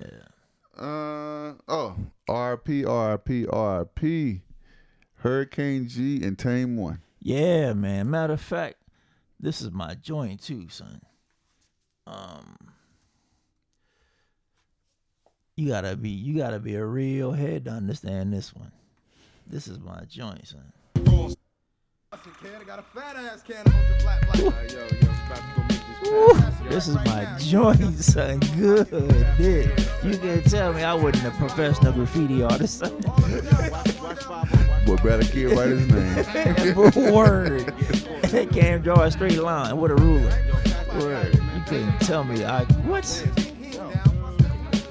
A: right.
B: Yeah. Uh oh, RP, RP, RP. Hurricane G and Tame One.
A: Yeah, man. Matter of fact, this is my joint too, son. Um, you gotta be you gotta be a real head to understand this one. This is my joint, son. This is my joint, son. Good. Dick. You can tell me I wasn't a professional graffiti artist.
B: But Bradley Kid write his name.
A: Word. They can't draw a straight line with a ruler. Word. You couldn't tell me. I what?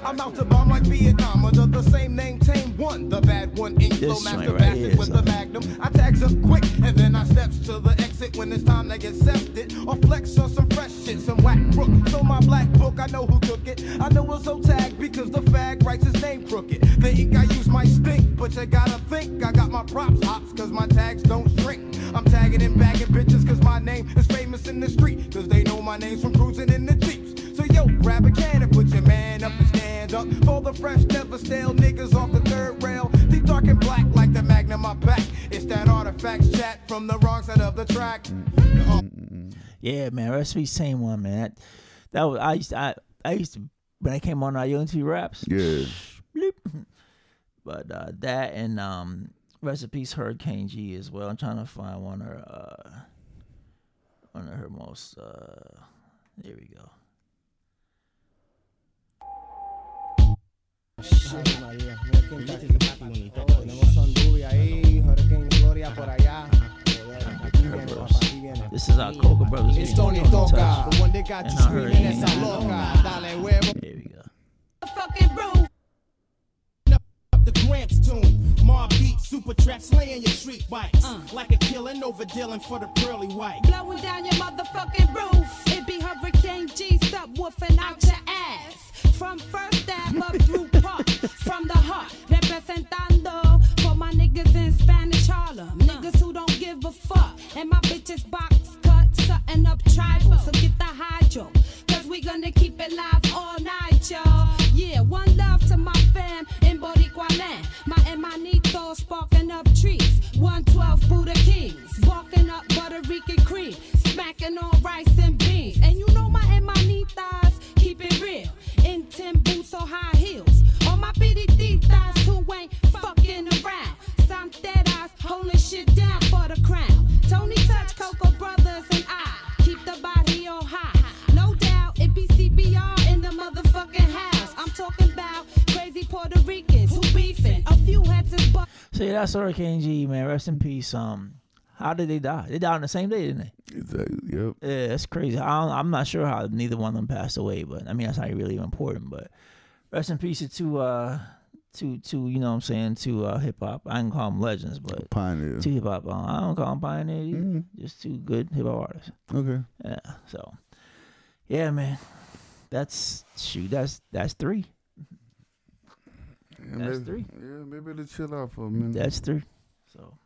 F: I'm out to bomb like Vietnam under the same name, tame one. The bad one, ink flow
A: This
F: master
A: joint right
F: bastard
A: here
F: with
A: is
F: the magnum. I tags up quick and then I steps to the exit when it's time to get sefted. Or flex or some fresh shit, some whack brook. So my black book, I know who took it. I know it's so tagged because the fag writes his name crooked. The ink I use might stink, but you gotta think I got my props hops cause my tags don't shrink. I'm tagging and bagging bitches cause my name is famous in the street. Cause they know my name's from cruising in the Jeeps. So yo, grab a can and put your man up and stand up for the fresh, never stale niggas off the third rail. Deep dark and black like the magnum I pack. It's that artifacts chat from the wrong side of the track.
A: Yeah, man. Recipe same one, man. That, that was I used to, I I used to when I came on our Young T raps.
B: Yeah.
A: Bloop. But uh, that and um, recipes Hurricane G as well. I'm trying to find one of her, uh, one of her most. Uh, there we go.
M: Ay, María, no es que un taxista, Tenemos Sandubia ahí, Hurricane Gloria por allá. Joder, aquí viene, papá, aquí viene.
A: This is our Coca Brothers.
M: It's
A: video,
M: Tony
A: Tony
M: Toca,
A: Touch,
M: the one that got
A: and
M: you
A: our
M: screaming
A: Hurricane
M: esa
A: G.
M: loca. Dale, huevo.
A: There we go.
M: fucking room.
N: up the Gramps tune. Mar beat, super traps, laying your street bikes. Like a killing over dealing for the pearly white.
O: Blowing down your motherfucking roof. It be Hurricane G subwoofing out your ass. From first stab up through park, from the heart, representando for my niggas in Spanish Harlem. Niggas who don't give a fuck. And my bitches box cut, something up tribal. So get the hydro, cause we gonna keep it live all night, y'all. Yeah, one love to my fam in Boricua land. My hermanito sparking up trees. 112 Buddha Kings, walking up Puerto Rican cream, smacking on rice and beans. And you know my hermanitas keep it real. In tin boots or high heels. All my pididitas who ain't fucking around. Some dead eyes holding shit down for the crown. Tony Touch, Coco Brothers, and I keep the body on high. No doubt it be CBR in the motherfucking house. I'm talking about crazy Puerto Ricans who beefing. A few heads is bu-
A: So yeah, that's Hurricane G, man. Rest in peace. Um, how did they die? They died on the same day, didn't they?
B: Exactly. Yep.
A: Yeah, that's crazy. I don't, I'm not sure how neither one of them passed away, but I mean that's not really important. But rest in peace to two, uh, two, two. You know what I'm saying? To uh, hip hop. I can call them legends, but
B: Pioneer.
A: Two hip hop. Uh, I don't call them pioneers. either. Just two good hip hop artists.
B: Okay.
A: Yeah. So, yeah, man. That's shoot. That's that's three.
B: Yeah,
A: That's
B: maybe-
A: three.
B: Yeah, maybe it'll chill out for a minute.
A: That's three. Mm-hmm. So,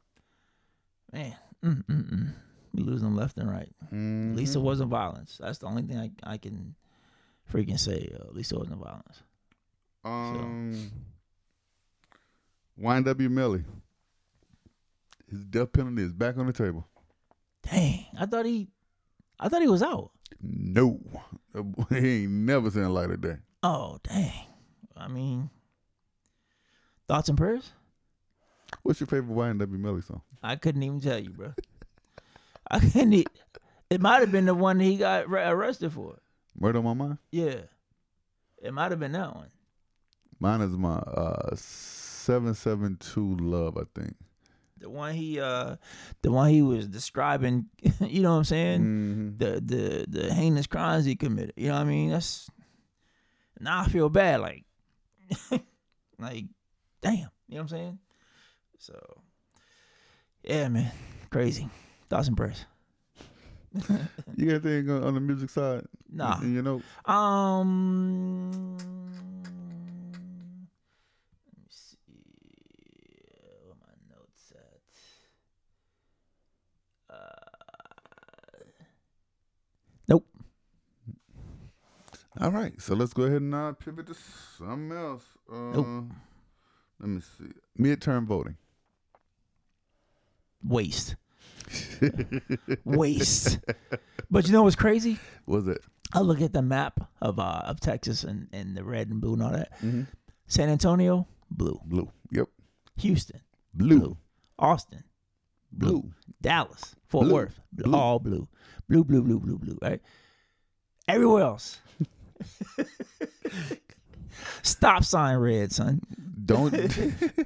A: man, mm, mm, mm. we lose them left and right. At least it
B: Mhm.
A: wasn't violence. That's the only thing I, I can freaking say. Uh, at least it wasn't violence.
B: Um, YW Melly. His death penalty is back on the table.
A: Dang, I thought he, I thought he was out.
B: No, That boy ain't never seen a light of day.
A: Oh dang, I mean, thoughts and prayers.
B: What's your favorite YNW Melly song?
A: I couldn't even tell you, bro. I couldn't. e- It might have been the one he got ra- arrested for.
B: Murder on My Mind.
A: Yeah, it might have been that one.
B: Mine is my uh seven seven two love. I think.
A: The one he uh the one he was describing, you know what I'm saying?
B: Mm-hmm.
A: The the the heinous crimes he committed. You know what I mean? That's now I feel bad like like damn, you know what I'm saying? So yeah, man. Crazy. Thoughts and prayers.
B: You got anything on on the music side?
A: Nah.
B: You know.
A: Um let me see where my notes at. Uh Nope.
B: All right, so let's go ahead and uh, pivot to something else. Uh,
A: Nope.
B: Let me see. Midterm voting.
A: Waste. Waste. but you know what's crazy?
B: Was it?
A: I look at the map of uh of Texas and, and the red and blue and all that.
B: Mm-hmm.
A: San Antonio, blue.
B: Blue. Yep.
A: Houston,
B: blue.
A: Austin,
B: blue.
A: Dallas, Fort
B: Blue.
A: Worth, bl- all blue. Blue, blue, blue, blue, blue, right? Everywhere else. Stop sign red, son.
B: Don't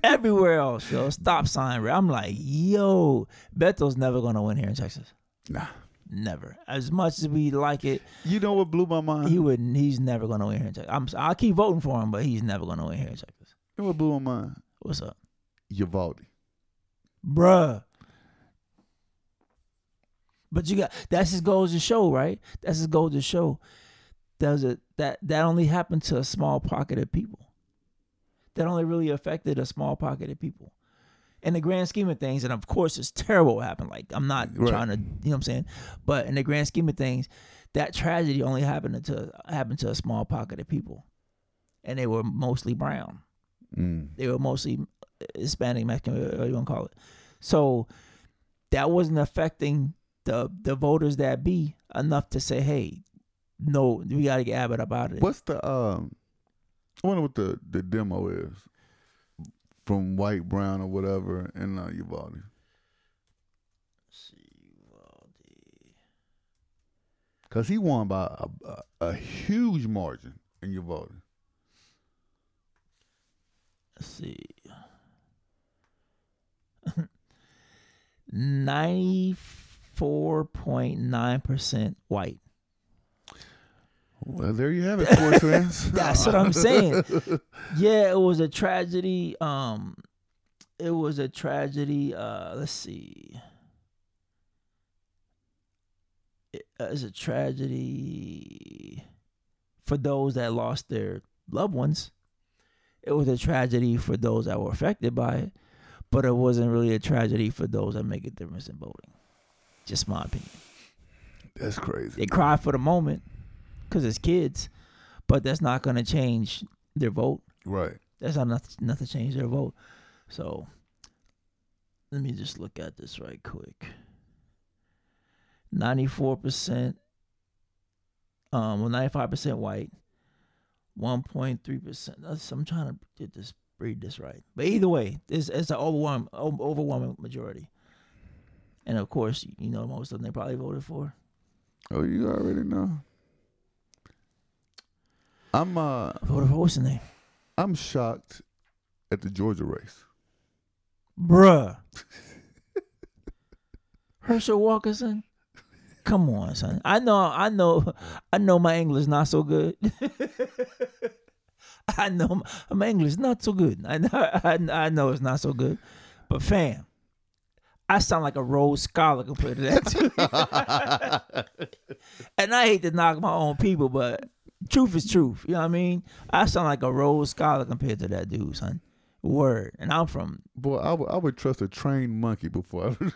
A: everywhere else, yo. Stop sign. I'm like, yo, Beto's never gonna win here in Texas.
B: Nah.
A: Never. As much as we like it.
B: You know what blew my mind?
A: He wouldn't he's never gonna win here in Texas. I'm I'll keep voting for him, but he's never gonna win here in Texas.
B: You know what blew my mind?
A: What's up?
B: Yavaldi.
A: Bruh. But you got that's his goal to show, right? That's his goal to show. Does it that that only happened to a small pocket of people. That only really affected a small pocket of people. In the grand scheme of things, and of course it's terrible what happened. Like I'm not
B: Right.
A: trying to you know what I'm saying? But in the grand scheme of things, that tragedy only happened to happened to a small pocket of people. And they were mostly brown
B: Mm.
A: they were mostly Hispanic, Mexican, whatever you want to call it. So that wasn't affecting the the voters that be enough to say, hey, no, we got to get Abbott up out of it.
B: What's the um? I wonder what the the demo is from white, brown, or whatever, and uh, Uvalde. Cause he won by a, a, a huge margin in Uvalde.
A: Let's see. 94.9% white.
B: Well, there you have it, sports fans.
A: That's what I'm saying. Yeah, it was a tragedy. Um, it was a tragedy. Uh, let's see. It uh, it's a tragedy for those that lost their loved ones. It was a tragedy for those that were affected by it, but it wasn't really a tragedy for those that make a difference in voting. Just my opinion.
B: That's crazy.
A: They cry for the moment because it's kids, but that's not going to change their vote.
B: Right.
A: That's not enough, enough to change their vote. So let me just look at this right quick. 94%, um, well, 95% white, 1.3%. That's, uh, I'm trying to get this, read this right. But either way, it's, it's an overwhelming, overwhelming majority. And of course, you know, most of them they probably voted for.
B: Oh, you already know. I'm uh.
A: Voted for what's his name?
B: I'm shocked at the Georgia race.
A: Bruh. Herschel Walkerson? Come on, son. I know I know I know my English not so good. I know my, my English not so good. I know I, I know it's not so good. But fam, I sound like a Rhodes scholar compared to that. and I hate to knock my own people, but truth is truth. You know what I mean? I sound like a Rhodes scholar compared to that dude, son. Word. And I'm from
B: Boy, I would I would trust a trained monkey before I would,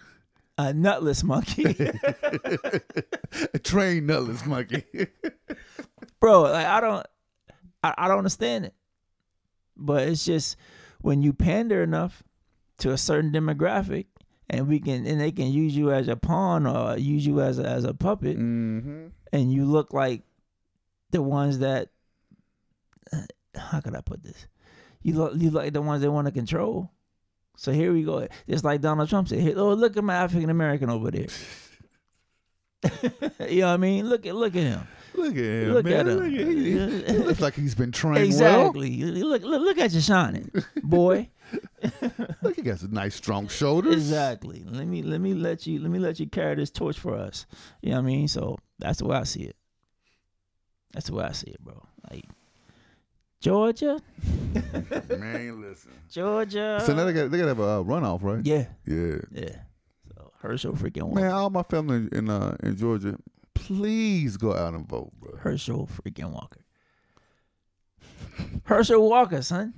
A: a nutless monkey.
B: a trained nutless monkey.
A: bro like i don't I, I don't understand it but it's just when you pander enough to a certain demographic and we can and they can use you as a pawn or use you as a, as a puppet
B: Mm. Mm-hmm.
A: and you look like the ones that uh, how could i put this you look you look like the ones they want to control so here we go it's like donald trump said "Hey, oh look at my african american over there you know what i mean look at look at him
B: Look at him,
A: Look
B: man.
A: at him.
B: Look at he, he looks like he's been trained
A: Exactly. You- Look, look, look at you shining, boy.
B: well. Look, he got some nice strong shoulders.
A: exactly. Let me let me let you let me let you carry this torch for us. You know what I mean? So that's the way I see it. That's the way I see it, bro. Like Georgia,
B: Man, listen.
A: Georgia.
B: So now they got they gotta have a uh, runoff, right?
A: Uh-huh. Yeah.
B: Yeah.
A: yeah. So Herschel freaking won.
B: Man, all my family in uh, in Georgia, please go out and vote, bro.
A: Herschel freaking Walker. Herschel Walker, son.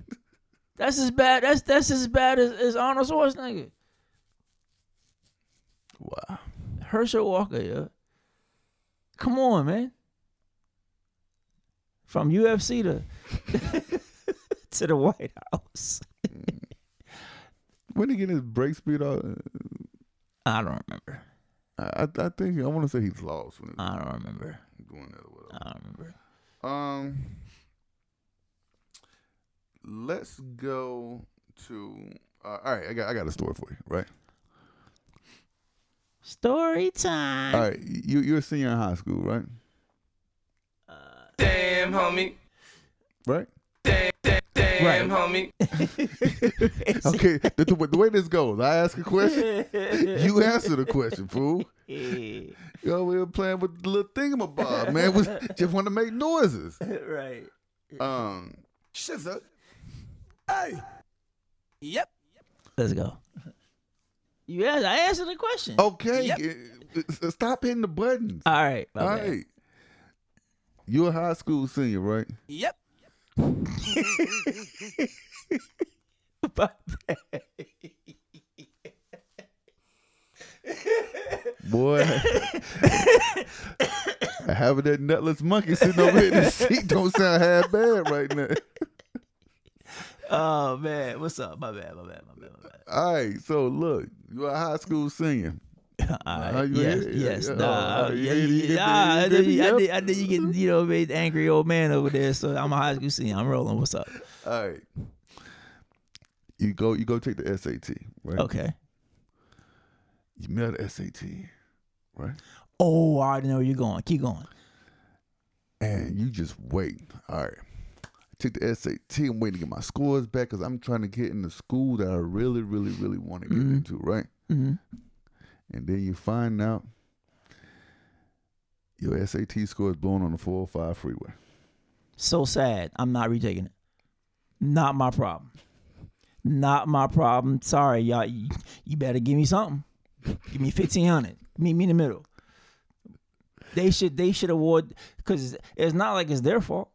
A: That's as bad. That's that's as bad as, as Arnold Schwarzenegger.
B: Wow.
A: Herschel Walker, yeah. Come on, man. From UFC to to the White House.
B: When did he get his break speed out? Uh,
A: I don't remember.
B: I I I think I want to say he's lost. When
A: I don't remember. Uh.
B: Going there, whatever.
A: I don't remember.
B: Um, let's go to. Uh, all right, I got I got a story for you, right?
A: Story time.
B: All right, you you're a senior in high school, right?
A: Uh,
E: Damn, homie.
B: Right?
E: Damn, damn,
B: Right.
H: homie.
B: okay, the, the, the way this goes, I ask a question, you answer the question, fool. Yo, we were playing with the little thingamabob, man. We just want to make noises.
A: right.
B: Um, shit's up. Hey.
E: Yep.
A: Let's go. You asked, I answered the question.
B: Okay. eh, eh, Stop hitting the buttons.
A: All right. my
B: All
A: bad.
B: right. You're a high school senior, right?
E: Yep.
B: Boy, having that nutless monkey sitting over in the seat don't sound half bad right now.
A: Oh man, what's up? My bad. My bad. My bad. My bad.
B: All right, so look, you're a high school senior.
A: All
B: right,
A: yes, yes,
B: oh,
A: nah, yeah, yeah, nah, I know you- I did- I know you get, you know, made the angry old man over there. So I'm a high school senior. I'm rolling. What's up?
B: All right. You go you go take the SAT, right?
A: Okay.
B: You mail the SAT, right?
A: Oh, I already know where you're going. Keep going.
B: And you just wait. All right. I took the SAT, I'm waiting to get my scores back because I'm trying to get in the school that I really, really, really want to get
A: Mhm.
B: into, right?
A: hmm
B: And then you find out your SAT score is blown on the 405 freeway.
A: So sad. I'm not retaking it. Not my problem. Not my problem. Sorry, y'all. You, you better give me something. Give me fifteen hundred. Meet me in the middle. They should. They should award because it's not like it's their fault.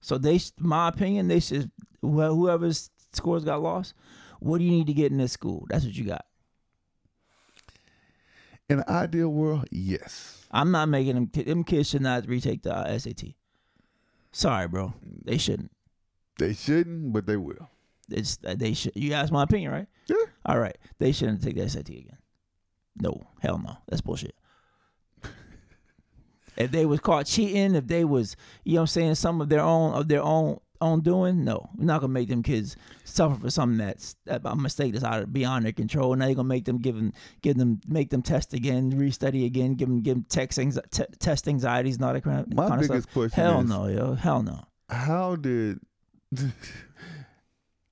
A: So they, sh- my opinion, they should. Well, whoever's scores got lost. What do you need to get in this school? That's what you got.
B: In the ideal world, yes.
A: I'm not making them. Them kids should not retake the uh, SAT. Sorry, bro. They shouldn't.
B: They shouldn't, but they will.
A: It's uh, they should. You asked my opinion, right?
B: Yeah.
A: All right. They shouldn't take that SAT again. No, hell no. That's bullshit. if they was caught cheating, if they was, you know, what I'm saying some of their own of their own own doing, no, we're not gonna make them kids suffer for something that's that a mistake that's out of beyond their control. Now you're gonna make them give them give them make them test again, restudy again, give them give them text anxi- te- test anxieties, and all that kind of
B: My
A: kind of
B: biggest
A: stuff.
B: question
A: Hell
B: is-
A: no, yo, hell no.
B: How did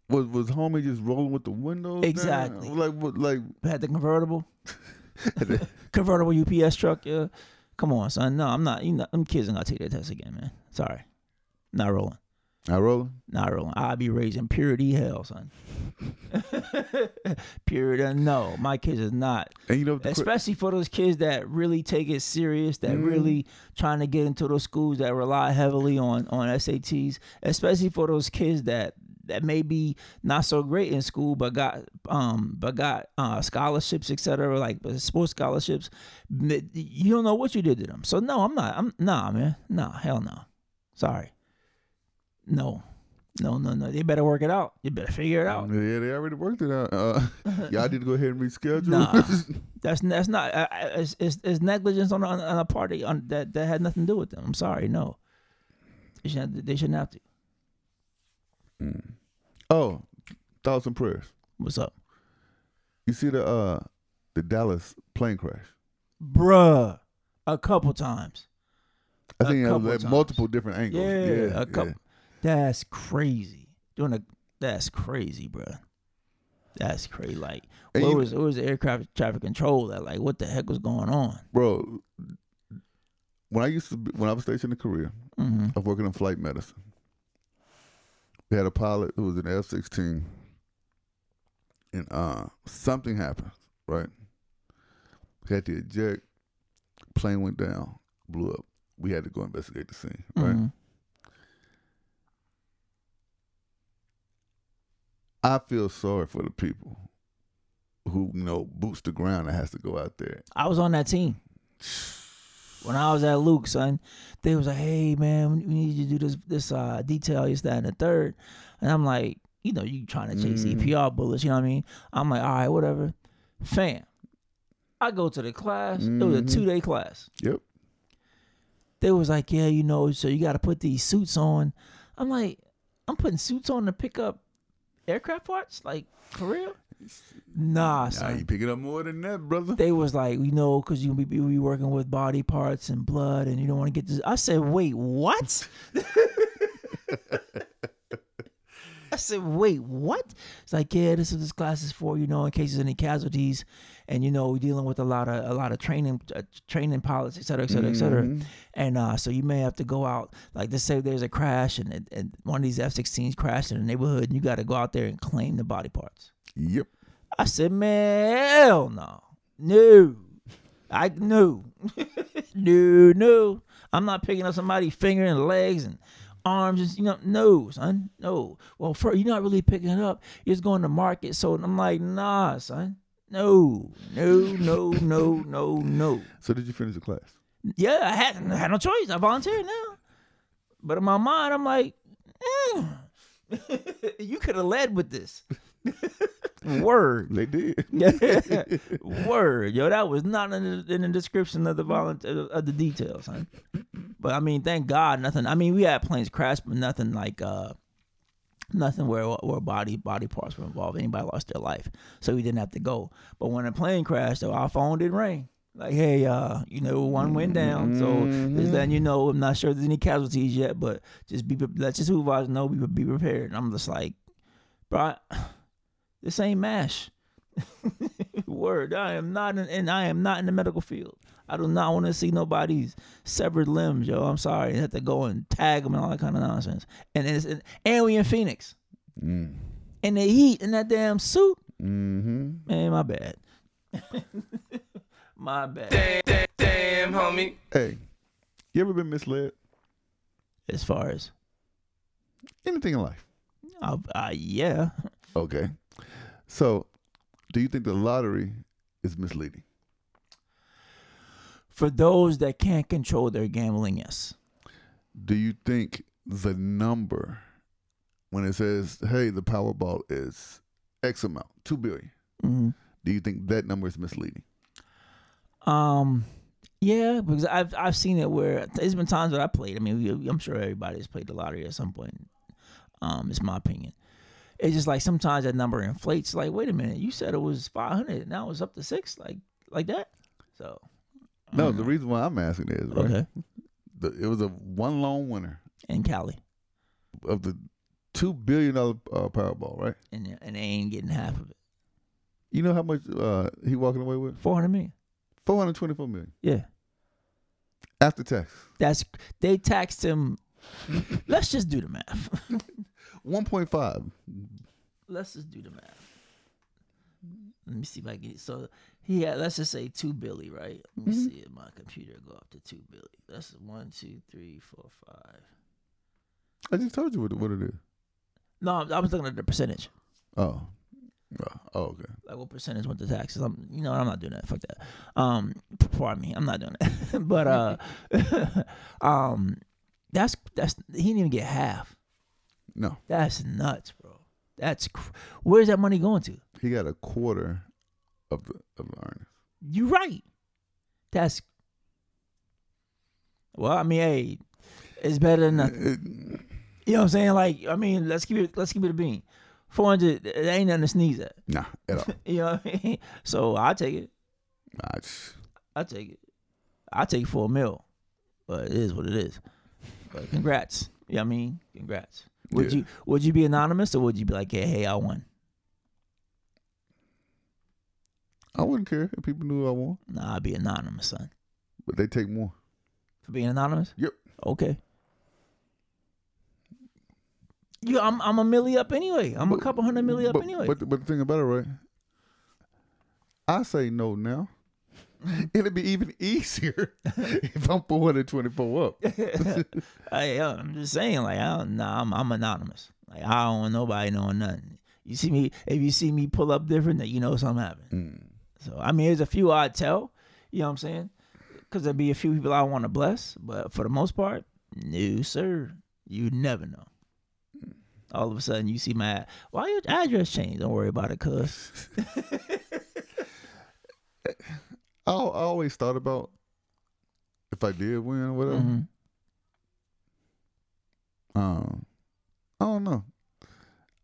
B: was was homie just rolling with the windows? down?
A: Exactly.
B: Like what? Like
A: had the convertible, convertible UPS truck. Yeah, come on, son. No, I'm not. You know, them kids ain't gonna take that test again, man. Sorry, not rolling.
B: Not rolling.
A: Not rolling. I'll be raising purity hell, son. Purity, no, my kids is not.
B: And you know, the cra-
A: especially for those kids that really take it serious, that
B: Mhm.
A: really trying to get into those schools that rely heavily on on SATs. Especially for those kids that that may be not so great in school, but got um but got uh, scholarships, etc. Like uh, sports scholarships. M- You don't know what you did to them. So no, I'm not. I'm nah, man. Nah, hell no. Sorry. No. No, no, no. They better work it out. You better figure it out.
B: yeah, they already worked it out. Uh, y'all need to go ahead and reschedule.
A: Nah, that's that's not. I, I, it's, it's, it's negligence on a, on a party on, that that had nothing to do with them. I'm sorry, no. They shouldn't, they shouldn't have to.
B: oh, thoughts and prayers.
A: What's up,
B: You see the uh the Dallas plane crash.
A: bruh? A couple times.
B: I think it
A: couple
B: was at
A: times.
B: multiple different angles.
A: Yeah,
B: Yeah,
A: a couple. That's crazy. Doing a that's crazy, bruh. That's crazy. Like,
B: And
A: where
B: you-
A: was where was the aircraft traffic control at? Like, what the heck was going on?
B: bro. When I used to, be, when I was stationed in Korea,
A: Mhm.
B: I was working in flight medicine. We had a pilot who was in F sixteen, and uh, something happened. Right, we had to eject. Plane went down, blew up. We had to go investigate the scene. Right,
A: Mhm.
B: I feel sorry for the people who you know boots the ground that has to go out there
A: I was on that team. When I was at Luke, son, they was like, "Hey, man, we need you to do this this uh, detail, this, that, and the third. And I'm like, you know, you trying to chase
B: Mhm.
A: EPR bullets, you know what I mean? I'm like, all right, whatever. Fam, I go to the class. It was a
B: Mhm.
A: two day class.
B: Yep.
A: They was like, yeah, you know, so you got to put these suits on. I'm like, I'm putting suits on to pick up aircraft parts, like for real? Nah,
B: Nah,
A: son.
B: you picking up more than that, brother.
A: They was like, you know, because you be, you be working with body parts and blood, and you don't want to get this. I said, wait, what? said, wait, what? It's like, yeah, this is what this class is for, you know, in case there's any casualties, and you know, we're dealing with a lot of a lot of training, uh, training pilots, et cetera, et cetera, et cetera.
P: Mhm.
A: And uh, so you may have to go out, like, let's say there's a crash and, and- and one of these F-16s crashed in the neighborhood, and you got to go out there and claim the body parts.
B: Yep.
A: I said, man, hell no, no, I no, no, no. I'm not picking up somebody's finger and legs and arms. And, you know, no, son, no. Well, first, you're not really picking it up. You're just going to market. So I'm like, nah, son, no, no, no, no, no, no.
B: So did you finish the class?
A: Yeah, I had, I had no choice. I volunteered now. But in my mind, I'm like, mm, you could have led with this. Word.
B: They did.
A: Word, yo, that was not in the, in the description of the volunteer of the details, son. But I mean, thank God, nothing. I mean, we had planes crash, but nothing like uh, nothing where where body body parts were involved. Anybody lost their life, so we didn't have to go. But when a plane crashed, though, our phone did ring. Like, hey, uh, you know, one went down, so just letting you know, I'm not sure if there's any casualties yet, but just be pre- let your supervisors know, be be prepared. And I'm just like, bro, this ain't mash. Word, I am not, in, and I am not in the medical field. I do not want to see nobody's severed limbs, yo. I'm sorry, you have to go and tag them and all that kind of nonsense. And it's, and, and we in Phoenix,
B: Mm.
A: in the heat, in that damn suit.
B: Mm-hmm.
A: Man, my bad. my bad.
E: Damn, damn, damn, homie.
B: Hey, you ever been misled?
A: As far as
B: anything in life?
A: Uh, yeah.
B: Okay. So, do you think the lottery is misleading?
A: For those that can't control their gambling, yes.
B: Do you think the number, when it says, "Hey, the Powerball is X amount, two billion,
A: Mhm.
B: do you think that number is misleading?
A: Um, yeah, because I've I've seen it where there's been times that I played. I mean, we, I'm sure everybody's played the lottery at some point. Um, it's my opinion. It's just like sometimes that number inflates. Like, wait a minute, you said it was 500, now it's up to six, like like that. So
B: No, the reason why I'm asking is right?
A: Okay.
B: The, it was a one lone winner
A: in Cali
B: of the two billion dollar uh, Powerball, right?
A: and and they ain't getting half of it.
B: You know how much uh, he walking away with?
A: Four hundred million.
B: Four hundred twenty-four million
A: Yeah,
B: after tax.
A: that's they taxed him. Let's just do the math.
B: One point five.
A: Let's just do the math. Let me see if I can. So he had. Let's just say two Billy, right? Let me see if my computer go up to two Billy. That's one, two, three, four, five.
B: I just told you what, what it is.
A: No, I I was looking at the percentage.
B: Oh. Oh, okay.
A: Like what percentage went to taxes? I'm, you know, what, I'm not doing that. Fuck that. Um, p- pardon me, I'm not doing that. but uh, um, that's that's he didn't even get half.
B: No.
A: That's nuts, bro. That's cr- where's that money going to?
B: He got a quarter of the of the earnings.
A: You right. That's well, I mean, hey, it's better than nothing. You know what I'm saying? Like, I mean, let's keep it let's keep it a bean. Four hundred, it ain't nothing to sneeze at.
B: Nah, at all.
A: you know what I mean? So I take it.
B: I
A: I take it. I take it for a meal. But it is what it is. But congrats. You know what I mean? Congrats. Would
B: Yeah.
A: you would you be anonymous or would you be like, hey, hey, I won?
B: I wouldn't care if people knew I won.
A: Nah, I'd be anonymous, son.
B: But they take more.
A: For being anonymous?
B: Yep.
A: Okay. You, I'm I'm a milli up anyway. I'm a couple hundred milli up
B: but,
A: anyway.
B: But, but the thing about it, right? I say no now. It'd be even easier if I'm 424 up.
A: I, am just saying, like, I don't, nah, I'm I'm anonymous. Like, I don't want nobody knowing nothing. You see me if you see me pull up different, that you know something happened.
B: Mm.
A: So I mean, there's a few I tell. You know what I'm saying? Because there'd be a few people I want to bless, but for the most part, no, sir. You never know. All of a sudden, you see my why your address changed. Don't worry about it, cuz.
B: I, I always thought about if I did win or whatever.
A: Mm-hmm.
B: Um, I don't know.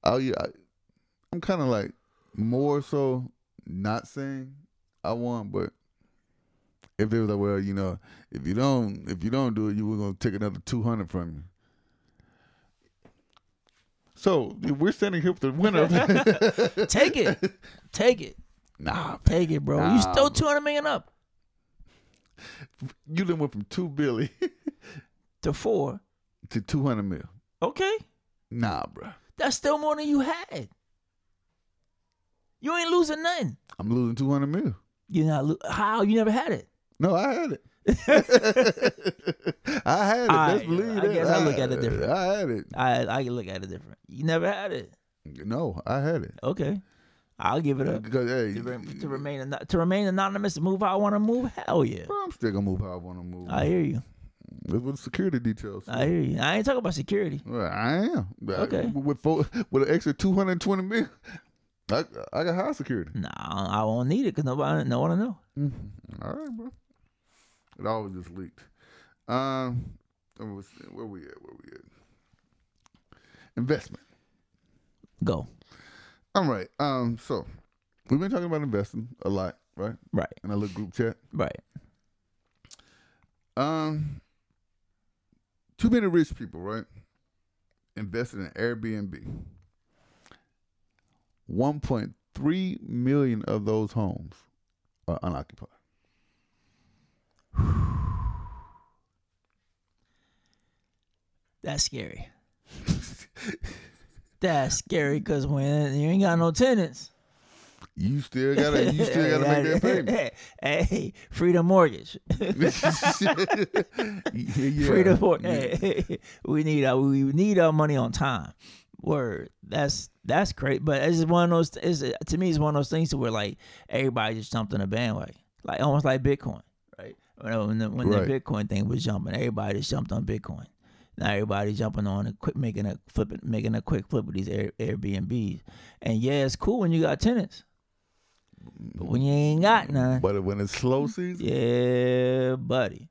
B: I, I I'm kind of like more so not saying I won, but if they was like, well, you know, if you don't, if you don't do it, you were gonna take another two hundred from you. So we're standing here for the winner.
A: Take it. Take it.
B: Nah,
A: Take it, bro.
B: Nah,
A: you still 200 million up.
B: You done went from two billion
A: to four
B: to two hundred mil.
A: Okay.
B: Nah, bro.
A: That's still more than you had. You ain't losing nothing.
B: I'm losing two hundred mil.
A: You're not lo- how you never had it.
B: No, I had it. I had it.
A: I-
B: Let's believe
A: I
B: that.
A: guess I look at it
B: had
A: different.
B: I had it.
A: I I can look at it different. You never had it.
B: No, I had it.
A: Okay. I'll give it up.
B: Because hey,
A: To, re- to remain ano- to remain anonymous, to move how I want to move. Hell yeah.
B: bro, I'm still gonna move how I want to move.
A: I hear you.
B: With, with security details.
A: I hear you. I ain't talking about security.
B: Well, I am. But I-
A: Okay.
B: with four, with an extra two hundred twenty mil, I I got high security.
A: Nah, I won't need it because nobody no one know. Mm-hmm.
B: All right, bro. It always just leaked. Um, let me see, where we at? Where we at? Investment.
A: Go.
B: All right. Um, so we've been talking about investing a lot, right?
A: Right.
B: In our little group chat.
A: Right.
B: Um, too many rich people, right? Invested in Airbnb. 1.3 million of those homes are unoccupied.
A: That's scary. That's scary because when you ain't got no tenants,
B: You still gotta, you still gotta make that payment.
A: Hey, freedom mortgage.
B: Yeah, yeah.
A: Freedom mortgage.
B: Yeah.
A: Hey, we need our we need our money on time. Word. That's that's great. But it's just one of those. It's, to me, it's one of those things to where like everybody just jumped on a bandwagon, like almost like Bitcoin, right? When, when, the, when
B: Right.
A: the Bitcoin thing was jumping, everybody just jumped on Bitcoin. Now everybody jumping on and quick making a flipping making a quick flip with these Air, Airbnbs. And yeah, it's cool when you got tenants. But when you ain't got none,
B: But when it's slow season,
A: yeah, buddy.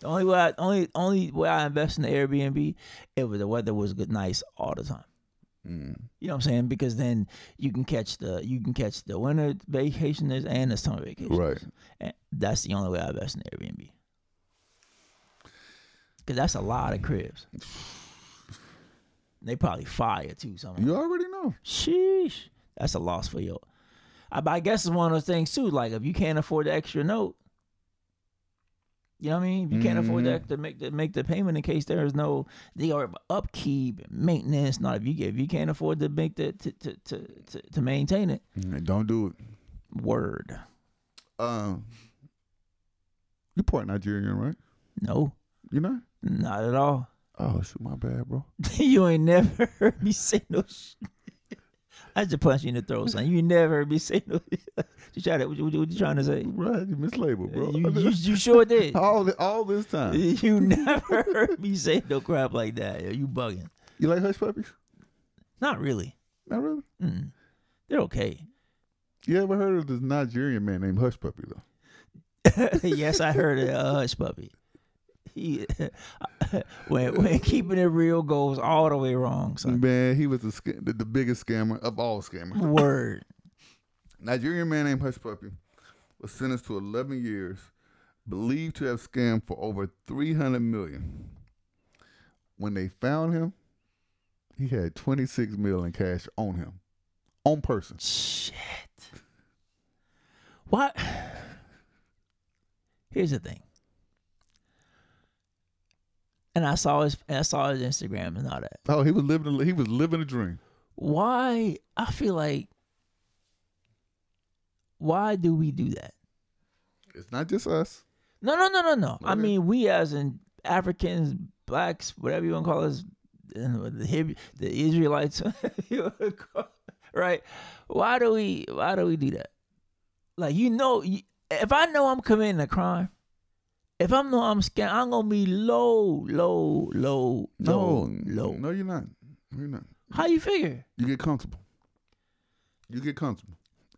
A: The only way, I, only only way I invest in the Airbnb, it was the weather was good, nice all the time.
B: mm,
A: You know what I'm saying? Because then you can catch the you can catch the winter vacationers and the summer vacationers.
B: Right.
A: And that's the only way I invest in the Airbnb. Cause that's a lot of cribs. They probably fire too. Something.
B: you already know.
A: Sheesh. That's a loss for you. I, but I guess it's one of those things too. Like if you can't afford the extra note, you know what I mean. If you can't afford
B: Mhm.
A: that to make the make the payment in case there is no they are upkeep and maintenance. Not if you get if you can't afford to make the to to to, to, to maintain it.
B: Mm, Don't do it.
A: Word.
B: Um, you part Nigerian, right?
A: No,
B: You know?
A: not at all.
B: Oh shoot, my bad, bro.
A: you ain't never heard me say no. Sh- I just punched you in the throat, son. You ain't never heard me say no. you try to what you, what you trying to say?
B: Right, you mislabeled, bro.
A: You, you, you sure did.
B: all thi- all this time.
A: You never heard me say no crap like that. Yo, you bugging?
B: You like hush puppies?
A: Not really.
B: Not really.
A: Mm. They're okay.
B: You ever heard of this Nigerian man named Hush Puppy though?
A: yes, I heard a uh, hush puppy. He, when when keeping it real goes all the way wrong, son.
B: Man, he was the, sca- the the biggest scammer of all scammers.
A: Word.
B: Nigerian man named Hush Puppy was sentenced to 11 years, believed to have scammed for over 300 million. When they found him, he had 26 million in cash on him, on person.
A: Shit. What? Here's the thing. And I saw his and I saw his Instagram and all that.
B: Oh, he was living. a- He was living a dream.
A: Why? I feel like. Why do we do that?
B: It's not just us.
A: No, no, no, no, no. I
B: Okay.
A: mean, we as in Africans, blacks, whatever you want to call us, uh, the Heb- the Israelites, you wanna call- right? Why do we? Why do we do that? Like you know, you- if I know I'm committing a crime, if I know I'm scam, I'm gonna be low, low, low,
B: No,
A: low, low.
B: no, you're not. No, You're not.
A: How you figure?
B: You get comfortable. You get comfortable.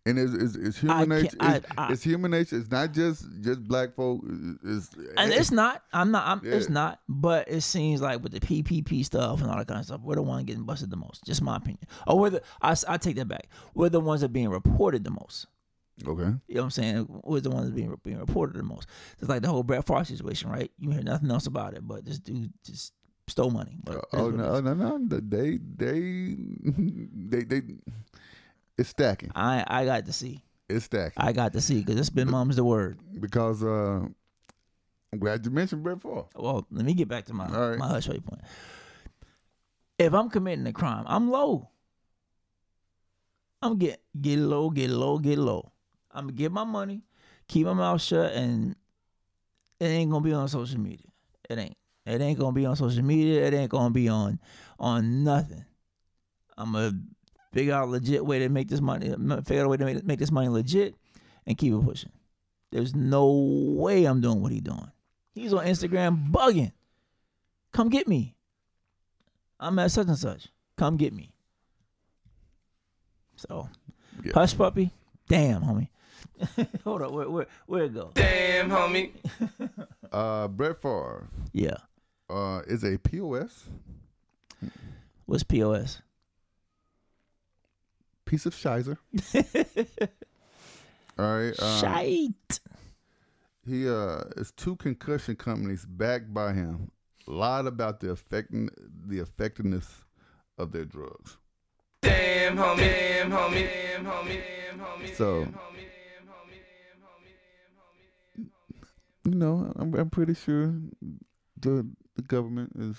B: And it's, it's, it's human
A: can't-
B: nature.
A: I-
B: it's,
A: I-
B: it's human nature. It's not just just black folk. It's,
A: And it's not. I'm not. I'm, It's
B: Yeah.
A: not. But it seems like with the PPP stuff and all that kind of stuff, we're the one getting busted the most. Just my opinion. Or we're the. I, s- I take that back. We're the ones that being reported the most.
B: okay.
A: You know what I'm saying? We're the ones being being reported the most. It's like the whole Brett Favre situation, right? You hear nothing else about it, but this dude just stole money. But that's
B: Oh
A: what it
B: no, no, no! no, They, they, they, they. It's stacking.
A: I, I got to see.
B: It's stacking.
A: I got to see because it's been mom's the word.
B: Because uh, I'm glad you mentioned Brett Favre.
A: Well, let me get back to my my hush money point. If I'm committing a crime, I'm low. I'm get get low, get low, get low. I'm gonna get my money, keep my mouth shut, and it ain't gonna be on social media. It ain't. It ain't gonna be on social media. It ain't gonna be on on nothing. I'm gonna figure out a legit way to make this money. Figure out a way to make, make this money legit, and keep it pushing. There's no way I'm doing what he doing. He's on Instagram bugging. Come get me. I'm at such and such. Come get me. So, hush puppy. Damn, homie. Hold up, where where where it go?
E: Damn, homie.
B: Uh, Brett Favre.
A: Yeah.
B: Uh, is a POS
A: What's POS?
B: piece of shizer. All right. Um,
A: Shite.
B: He uh, is two concussion companies backed by him lied about the affecting the effectiveness of their drugs.
E: Damn, homie. Damn, homie. Damn, homie. Damn, homie.
B: So, you know, I'm, I'm pretty sure the the government is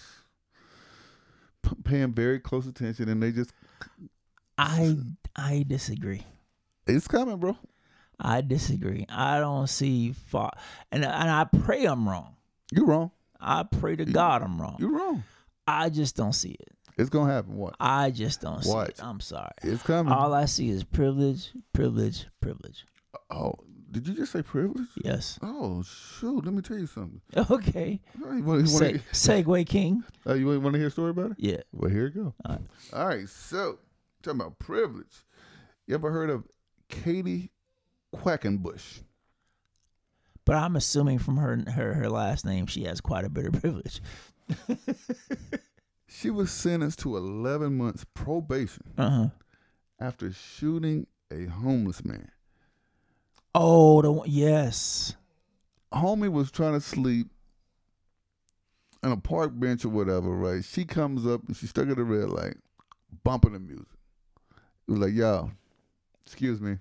B: p- paying very close attention, and they just
A: I I disagree.
B: It's coming, bro.
A: I disagree. I don't see far, and and I pray I'm wrong.
B: You're wrong.
A: I pray to God I'm wrong.
B: You're wrong.
A: I just don't see it.
B: it's gonna happen. What?
A: I just don't see
B: Watch.
A: it. I'm sorry.
B: It's coming.
A: All I see is privilege, privilege, privilege.
B: Oh, did you just say privilege?
A: Yes.
B: Oh shoot! Let me tell you something.
A: Okay.
B: Oh, you wanna- you wanna-
A: Se- Segway King.
B: Uh, you want to hear a story about it?
A: Yeah.
B: Well, here you go. All right. so, talking about privilege. You ever heard of Katie Quackenbush?
A: But I'm assuming from her her her last name, she has quite a bit of privilege.
B: She was sentenced to 11 months probation
A: Uh-huh.
B: after shooting a homeless man.
A: Oh, the one, yes.
B: Homie was trying to sleep on a park bench or whatever, right? She comes up and she's stuck at the red light, bumping the music. It was like, y'all, excuse me,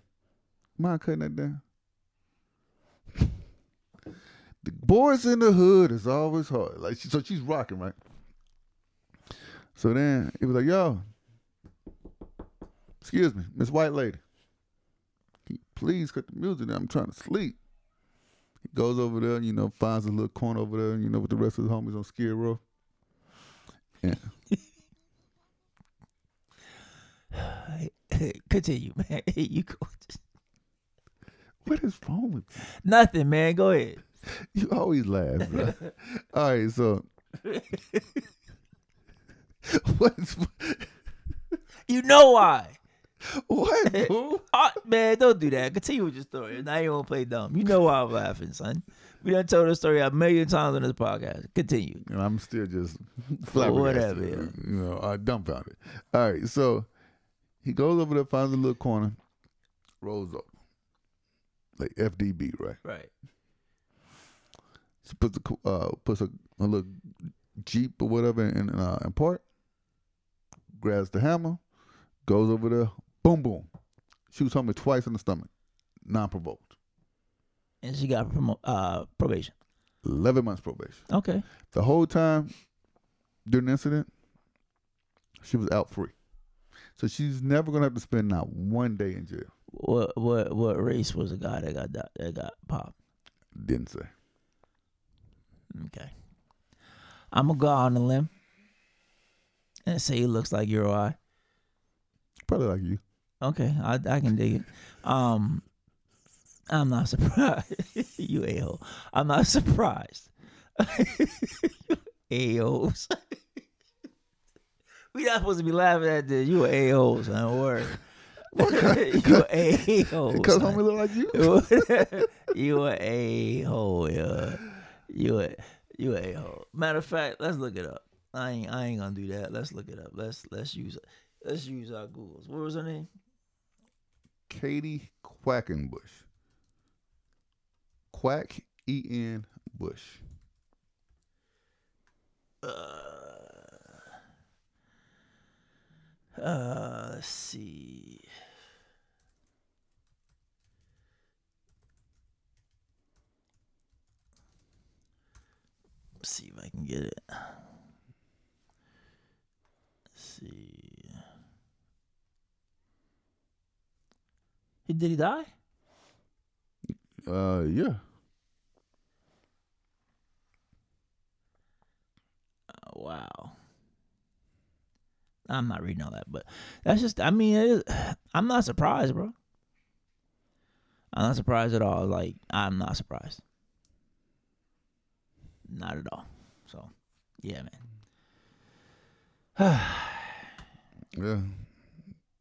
B: mind cutting that down? the boys in the hood is always hard. Like, she, so she's rocking, right? So then it was like, yo, excuse me, Miss White Lady, can you please cut the music down? I'm trying to sleep. He goes over there, you know, finds a little corner over there, you know, with the rest of the homies on Skid Row. Yeah.
A: Continue, man. you go.
B: What is wrong with you?
A: Nothing, man. Go ahead.
B: You always laugh, bro. All right, so what's
A: You know why?
B: What?
A: Ah, man, don't do that. Continue with your story. Now you won't play dumb. You know why I'm laughing, son. We done told the story a million times on this podcast. Continue.
B: and I'm still just flabbergasted,
A: Whatever, yeah.
B: you know, uh, dumbfounded. All right, so he goes over there, finds a little corner, rolls up, like FDB, right?
A: Right.
B: She puts a co- uh, puts a, a little jeep or whatever in uh, in park, grabs the hammer, goes over there, boom boom, shoots homie twice in the stomach, non provoked,
A: And she got promo- uh, probation.
B: eleven months probation.
A: Okay.
B: The whole time during the incident, she was out free. So she's never gonna have to spend not one day in jail.
A: What what what race was the guy that got that, that got popped?
B: Didn't say.
A: Okay. I'm gonna go out on a limb and say he looks like your eye.
B: Probably like you.
A: Okay, I I can dig it. Um, I'm not surprised. you a hole. I'm not surprised. a holes. we not supposed to be laughing at this. You a holes, son. Word. you a hole.
B: Because homie look like you.
A: you a a hole, yeah. You a you a hole. Matter of fact, let's look it up. I ain't I ain't gonna do that. Let's look it up. Let's let's use let's use our Googles. What was her name?
B: Katie Quackenbush. Quack E N Bush.
A: Uh, Uh, let's see. Let's see if I can get it. Let's see. He- Did he die?
B: Uh, yeah.
A: Oh, wow. I'm not reading all that, but that's just. I mean, it is, I'm not surprised, bro. I'm not surprised at all. Like I'm not surprised. Not at all. So, yeah, man.
B: Yeah.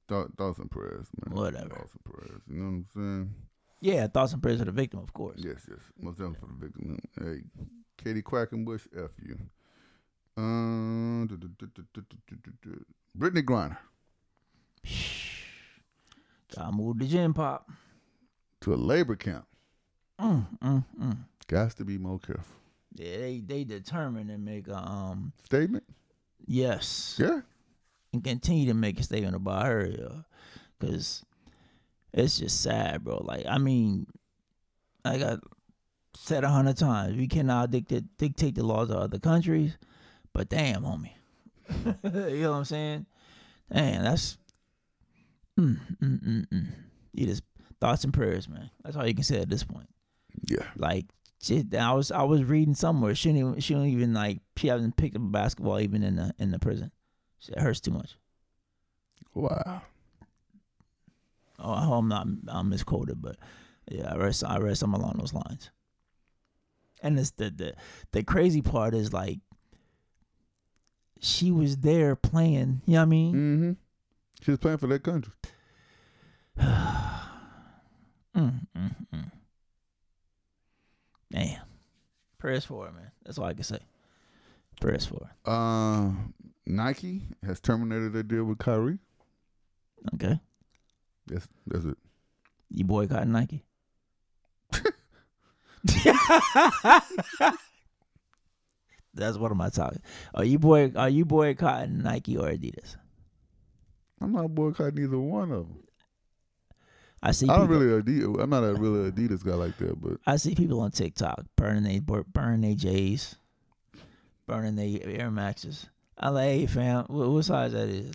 B: Thought, thoughts and prayers, man.
A: Whatever.
B: Thoughts and prayers. You know what I'm
A: Yeah, thoughts and prayers for the victim, of course.
B: saying? Yes, yes. Most definitely for the victim. Hey, Katie Quackenbush, F you. Um, du- du- du- du- du- du- du- du- du. Brittany Griner
A: I moved to gym pop.
B: to a labor camp.
A: Mm, mm, mm.
B: Got to be more careful.
A: Yeah, they they determined to make a um
B: statement.
A: Yes.
B: Yeah.
A: And continue to make a statement about her, because it's just sad, bro. Like I mean, like I said a hundred times, we cannot dictate dictate the laws of other countries, but damn, homie, you know what I'm saying? Damn, that's mm, mm, mm, mm. you just thoughts and prayers, man. That's all you can say at this point.
B: Yeah.
A: Like shit, I was I was reading somewhere. She didn't even, she don't even like she hasn't picked up a basketball even in the in the prison. Shit, It hurts too much.
B: Wow.
A: Oh, I hope I'm not I'm misquoted, but yeah, I read some- I read something along those lines. And it's the the the crazy part is like she was there playing. You know what I mean?
B: Mm-hmm. She was playing for that country.
A: Mm, mm, mm. Damn. Prayers for her, man. That's all I can say. Prayers for her.
B: Uh, Nike has terminated their deal with Kyrie.
A: Okay.
B: That's that's it.
A: You boycotting Nike? That's what am I talking? Are you boy? Are you boycotting Nike or Adidas?
B: I'm not boycotting either one of them.
A: I see.
B: I don't
A: people-
B: really Adidas. I'm not a really Adidas guy like that, but
A: I see people on TikTok burning they burning they J's, burning they Air Maxes. I like, hey fam, what, what size that is?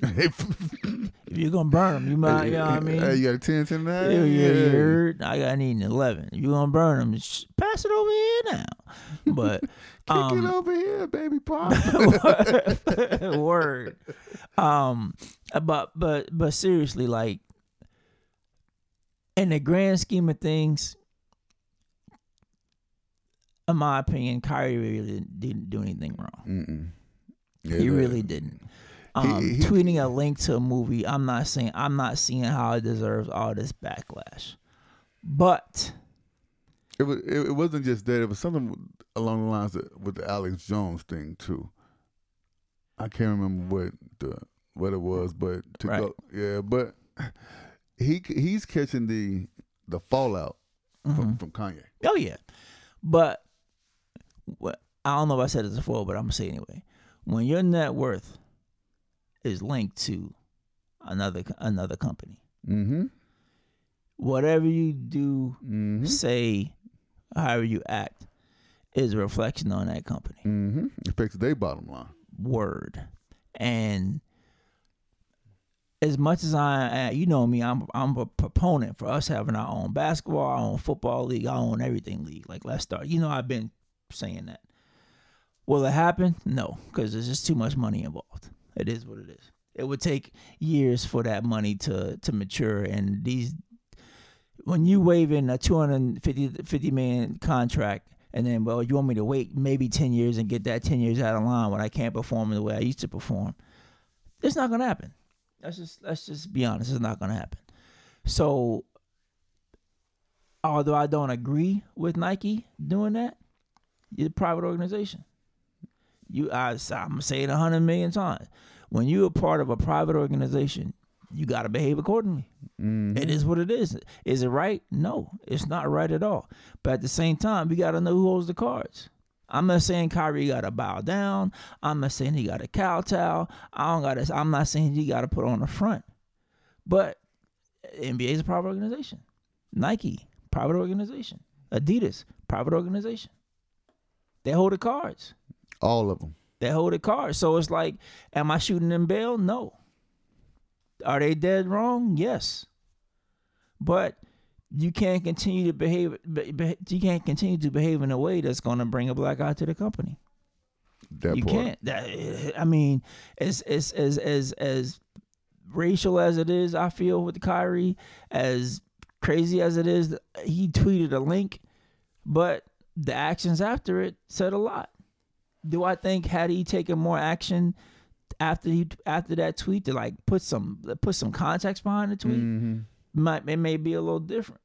A: if you're gonna burn them, you might, you know what I mean.
B: Hey, you got a 10 10
A: Yeah, yeah, you heard? I got I need an eleven. If you gonna burn them, sh- pass it over here now. But
B: Kick
A: um,
B: it over here, baby pop.
A: word. Um, but but but seriously, like in the grand scheme of things, in my opinion, Kyrie really didn't, didn't do anything wrong.
B: Mm-mm. Yeah,
A: he
B: that-
A: really didn't. Um,
B: he-
A: tweeting a link to a movie, I'm not saying I'm not seeing how it deserves all this backlash, but
B: It was. It, it wasn't just that. It was something along the lines of, with the Alex Jones thing too. I can't remember what the what it was, but to
A: Right.
B: go, yeah, but he he's catching the the fallout from, from Kanye.
A: Oh yeah, but what I don't know if I said this before, but I'm gonna say it anyway. When your net worth is linked to another another company,
B: Mm-hmm.
A: whatever you do, say, however you act, is a reflection on that company.
B: Mm-hmm. Affects their bottom line.
A: Word, and as much as I, you know me, I'm I'm a proponent for us having our own basketball, our own football league, our own everything league. Like let's start. You know, I've been saying that. Will it happen? No, because there's just too much money involved. It is what it is. It would take years for that money to to mature, and these when you wave in a 250 50 man contract and then well you want me to wait maybe 10 years and get that 10 years out of line when i can't perform the way i used to perform it's not gonna happen that's just let's just be honest it's not gonna happen so although i don't agree with nike doing that you're a private organization you I, i'm gonna say it 100 million times when you're a part of a private organization you gotta behave accordingly it is what it is. Is it right? No, it's not right at all. But at the same time, we got to know who holds the cards. I'm not saying Kyrie got to bow down. I'm not saying he got to kowtow. I don't got to. I'm not saying he got to put on the front. But NBA is a private organization. Nike, private organization. Adidas, private organization. They hold the cards.
B: All of them.
A: They hold the cards. So it's like, am I shooting them bail? No. Are they dead wrong? Yes. But you can't continue to behave. Be, be- you can't continue to behave in a way that's going to bring a black eye to the company.
B: That
A: you
B: part.
A: can't. That, I mean, as as as as as racial as it is, I feel with Kyrie, as crazy as it is, he tweeted a link, but the actions after it said a lot. Do I think had he taken more action after he after that tweet to like put some put some context behind the tweet,
B: Mm-hmm.
A: might it may be a little different.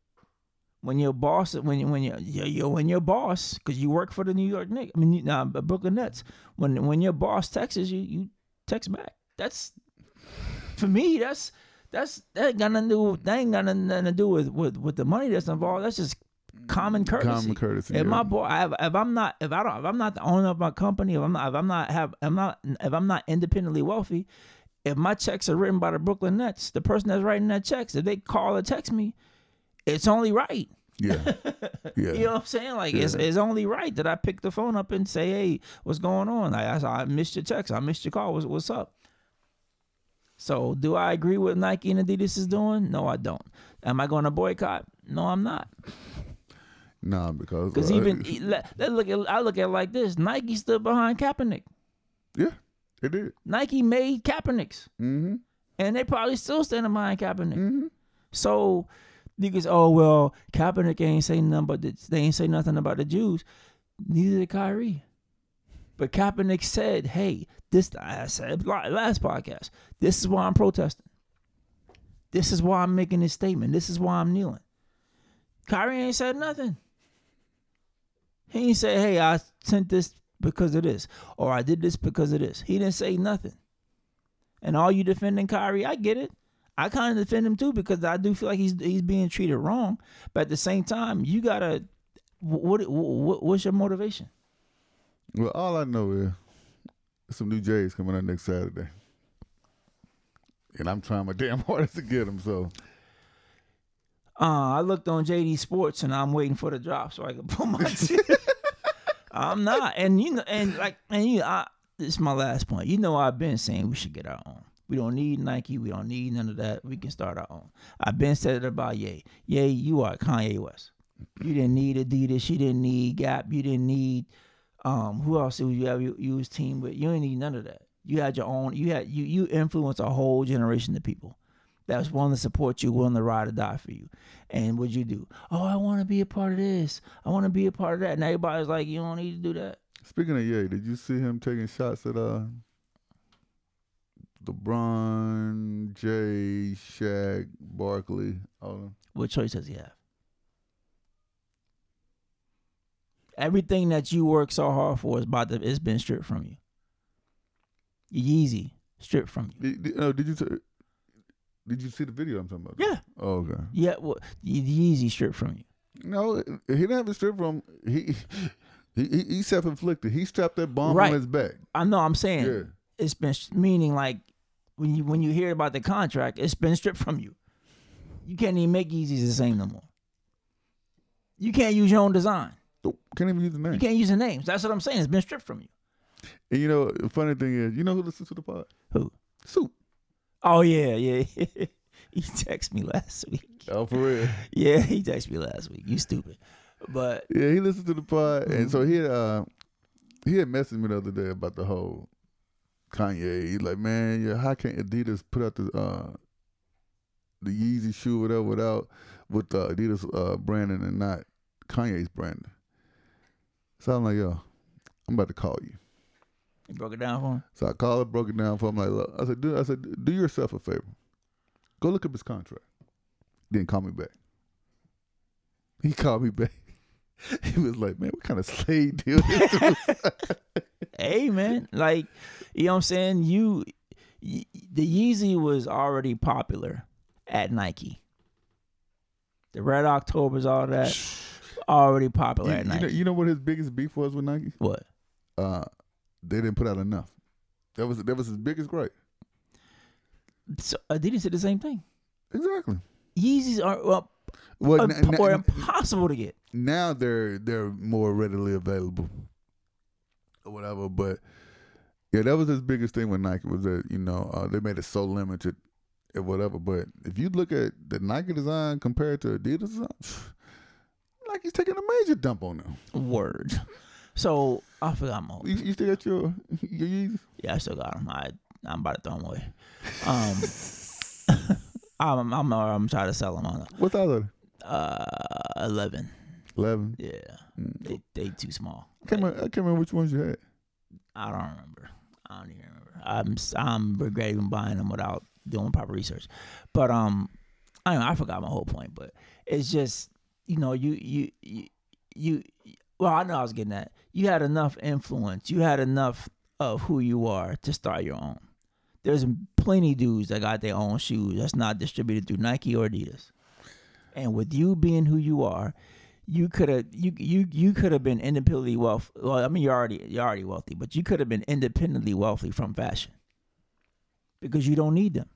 A: When your boss, when you when you you you- when your boss, because you work for the New York Knicks, I mean, you, nah, but Brooklyn Nets. When when your boss texts you, you text back. That's for me. That's that's that ain't got nothing to do. with- That ain't got nothing, nothing to do with, with with the money that's involved. That's just common courtesy.
B: Mm, Common courtesy,
A: If
B: yeah.
A: my boy, I have, if I'm not, if I don't, if I'm not the owner of my company, if I'm not, if I'm not have, I'm not, if I'm not independently wealthy, if my checks are written by the Brooklyn Nets, the person that's writing that checks, if they call or text me, it's only right.
B: Yeah. yeah.
A: You know what I'm saying? Like it's,
B: Yeah.
A: it's only right that I pick the phone up and say, "Hey, what's going on? Like, I, I missed your text. I missed your call. What's, what's up?" So, do I agree with Nike and Adidas is doing? No, I don't. Am I going to boycott? No, I'm not.
B: Nah, because
A: Because
B: uh,
A: even e- let, let look at I look at it like this: Nike stood behind Kaepernick.
B: Yeah, it did.
A: Nike made Kaepernicks,
B: mm-hmm.
A: and they probably still standing behind Kaepernick. So you can say, "Oh well, Kaepernick ain't say nothing, but the, they ain't say nothing about the Jews." Neither did Kyrie. But Kaepernick said, "Hey, this I said la- last podcast. This is why I'm protesting. This is why I'm making this statement. This is why I'm kneeling." Kyrie ain't said nothing. He ain't say, "Hey, I sent this because of this, or I did this because of this." He didn't say nothing. And all you defending Kyrie, I get it. I kind of defend him too because I do feel like he's he's being treated wrong. But at the same time, you gotta what, what what's your motivation?
B: Well, all I know is some new Jays coming out next Saturday, and I'm trying my damn hardest to get them. So
A: Uh, I looked on JD Sports and I'm waiting for the drop so I can pull my. t- I'm not, and you know, and like, and you, I, this is my last point. You know, I've been saying we should get our own. We don't need Nike. We don't need none of that. We can start our own. I've been said it about Ye. Ye, you are Kanye West. You didn't need Adidas. You didn't need Gap. You didn't need um who else did you have you, you was team with? You didn't need none of that. You had your own. You had you you influenced a whole generation of people that was willing to support you, willing to ride or die for you. And what'd you do? Oh, I want to be a part of this. I want to be a part of that. And everybody's like, you don't need to do that.
B: speaking of Ye, did you see him taking shots at uh LeBron, Jay, Shaq, Barkley, all of them?
A: What choice does he have? Everything that you work so hard for is about to, it's been stripped from you. Yeezy stripped from you.
B: Did, did, oh, did you t- did you see the video I'm talking about?
A: Yeah.
B: Oh, okay.
A: Yeah, well, Ye- Yeezy stripped from you.
B: No, he didn't have a strip from he. He, he, he self-inflicted. He strapped that bomb
A: Right.
B: on his back.
A: I know. I'm saying
B: Yeah.
A: it's been sh- meaning like when you when you hear about the contract, it's been stripped from you. You can't even make Yeezys the same no more. You can't use your own design.
B: Nope, Can't even use the name.
A: You can't use the names. That's what I'm saying. It's been stripped from you.
B: And you know, the funny thing is, you know who listens to the pod?
A: Who?
B: Soup.
A: Oh yeah, yeah. he texted me last week.
B: Oh, for real?
A: Yeah, he texted me last week. You stupid. But
B: Yeah, he listens to the pod, and so he had, uh, he had messaged me the other day about the whole Kanye. He's like, man, yeah, how can Adidas put out the uh, the Yeezy shoe whatever without with uh, Adidas uh, branding and not Kanye's branding? So I'm like, yo, I'm about to call you.
A: he broke it down for him.
B: So I called her, broke it down for him. Like, look, I said, do, I said, do yourself a favor. Go look up his contract. Then call me back. He called me back. He was like, man, what kind of slave deal is this?
A: hey man like you know what i'm saying you y- the yeezy was already popular at nike the red octobers all that already popular
B: you,
A: at
B: you
A: night.
B: know, you know what his biggest beef was with Nike?
A: What?
B: Uh, they didn't put out enough. That was that was his biggest gripe.
A: So Adidas did the same thing.
B: Exactly.
A: Yeezys are well,
B: Well,
A: imp-
B: n- n-
A: or
B: n-
A: impossible to get.
B: Now they're they're more readily available, or whatever. But yeah, that was his biggest thing with Nike was that you know uh, they made it so limited, and whatever. But if you look at the Nike design compared to Adidas, design, Nike's taking a major dump on them.
A: Word. So I forgot my.
B: You, you still got your your Yeezys?
A: Yeah, I still got them. I I'm about to throw them away. Um, I'm I'm I'm trying to sell them on
B: What's that? other?
A: uh eleven.
B: Eleven. Mm.
A: Yeah, they they too small.
B: I can't, remember, I can't remember which ones you had.
A: I don't remember. I don't even remember. I'm s- I'm regretting buying them without doing proper research. But um, I don't know, I forgot my whole point. But it's just you know you you you, you well I know I was getting that you had enough influence. You had enough of who you are to start your own. There's plenty dudes that got their own shoes that's not distributed through Nike or Adidas. And with you being who you are, you could have you you you could have been independently wealth. Well, I mean, you're already you're already wealthy, but you could have been independently wealthy from fashion because you don't need them.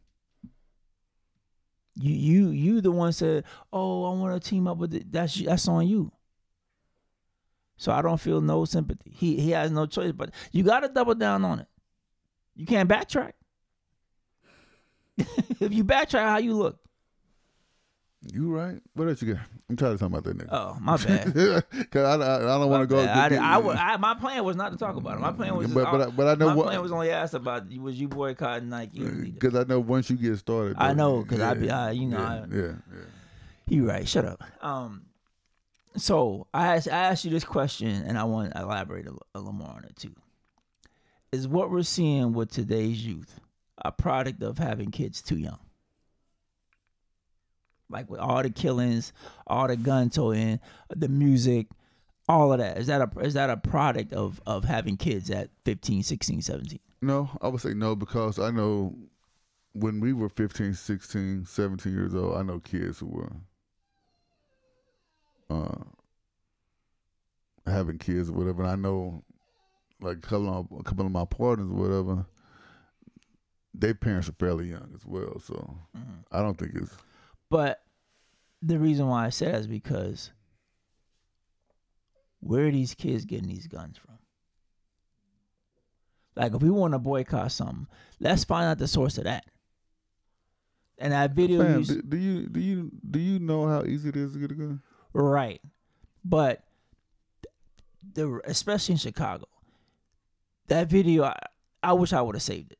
A: You you you the one said, "Oh, I want to team up with it." That's that's on you. So I don't feel no sympathy. He he has no choice, but you got to double down on it. You can't backtrack. if you backtrack, how you look?
B: You right? What else you got? I'm tired of talking about that nigga.
A: Oh, my bad.
B: Cause I, I, I don't want to go.
A: Yeah, I,
B: get-
A: I, would- I- my plan was not to talk about it. My plan was, just,
B: But- but I- but I know
A: my
B: what-
A: plan was only asked about you- was you boycotting Nike. and Adidas.
B: Because Uh, I know once you get started,
A: I
B: though,
A: know, 'cause I be- I- you know,
B: yeah,
A: I-
B: yeah,
A: You right? Shut up. Um, so I asked, I asked you this question, and I want to elaborate a, li- a little more on it too. Is what we're seeing with today's youth a product of having kids too young? Like with all the killings, all the gun toting, the music, all of that. Is that a is that a product of of having kids at 15, 16, 17?
B: No, I would say no because I know when we were 15, 16, 17 years old, I know kids who were uh, having kids or whatever. And I know like a couple of, a couple of my partners or whatever, their parents are fairly young as well. So
A: Mm-hmm.
B: I don't think it's.
A: But the reason why I said that is because where are these kids getting these guns from? Like, if we want to boycott something, let's find out the source of that. And that video
B: Fam,
A: you s-
B: do, do you do you do you know how easy it is to get a gun?
A: Right. But the especially in Chicago, that video I, I wish I would have saved it.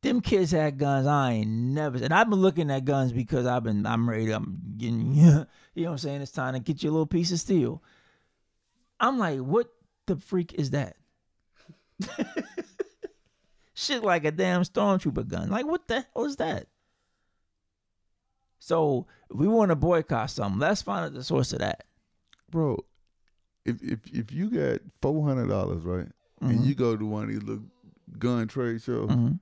A: Them kids had guns. I ain't never and I've been looking at guns because I've been I'm ready. I'm getting you know what I'm saying. It's time to get you a little piece of steel. I'm like, what the freak is that? Shit like a damn stormtrooper gun. Like what the hell is that? So if we want to boycott something, let's find out the source of that.
B: bro. If if if you got four hundred dollars, right,
A: Mm-hmm.
B: and you go to one of these little gun trade shows,
A: Mhm.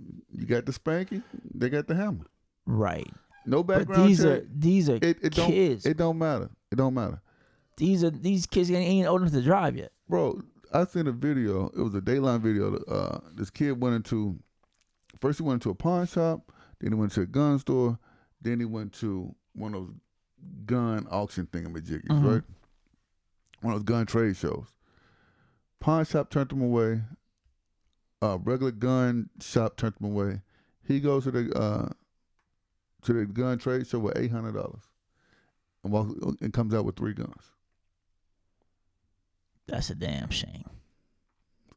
A: Mm-hmm.
B: you got the spanky, they got the hammer,
A: Right.
B: no
A: But
B: background
A: these
B: check.
A: are these are
B: it, it
A: kids.
B: Don't, it don't matter. It don't matter,
A: These are these kids ain't ain't old enough to drive yet.
B: bro. I seen a video. It was a Dayline video. Uh, this kid went into first he went into a pawn shop, then he went to a gun store, then he went to one of those gun auction thingamajiggies,
A: Mhm.
B: right? One of those gun trade shows. Pawn shop turned him away. Uh, regular gun shop turned him away. He goes to the uh, to the gun trade show with eight hundred dollars, and walks and comes out with three guns.
A: That's a damn shame.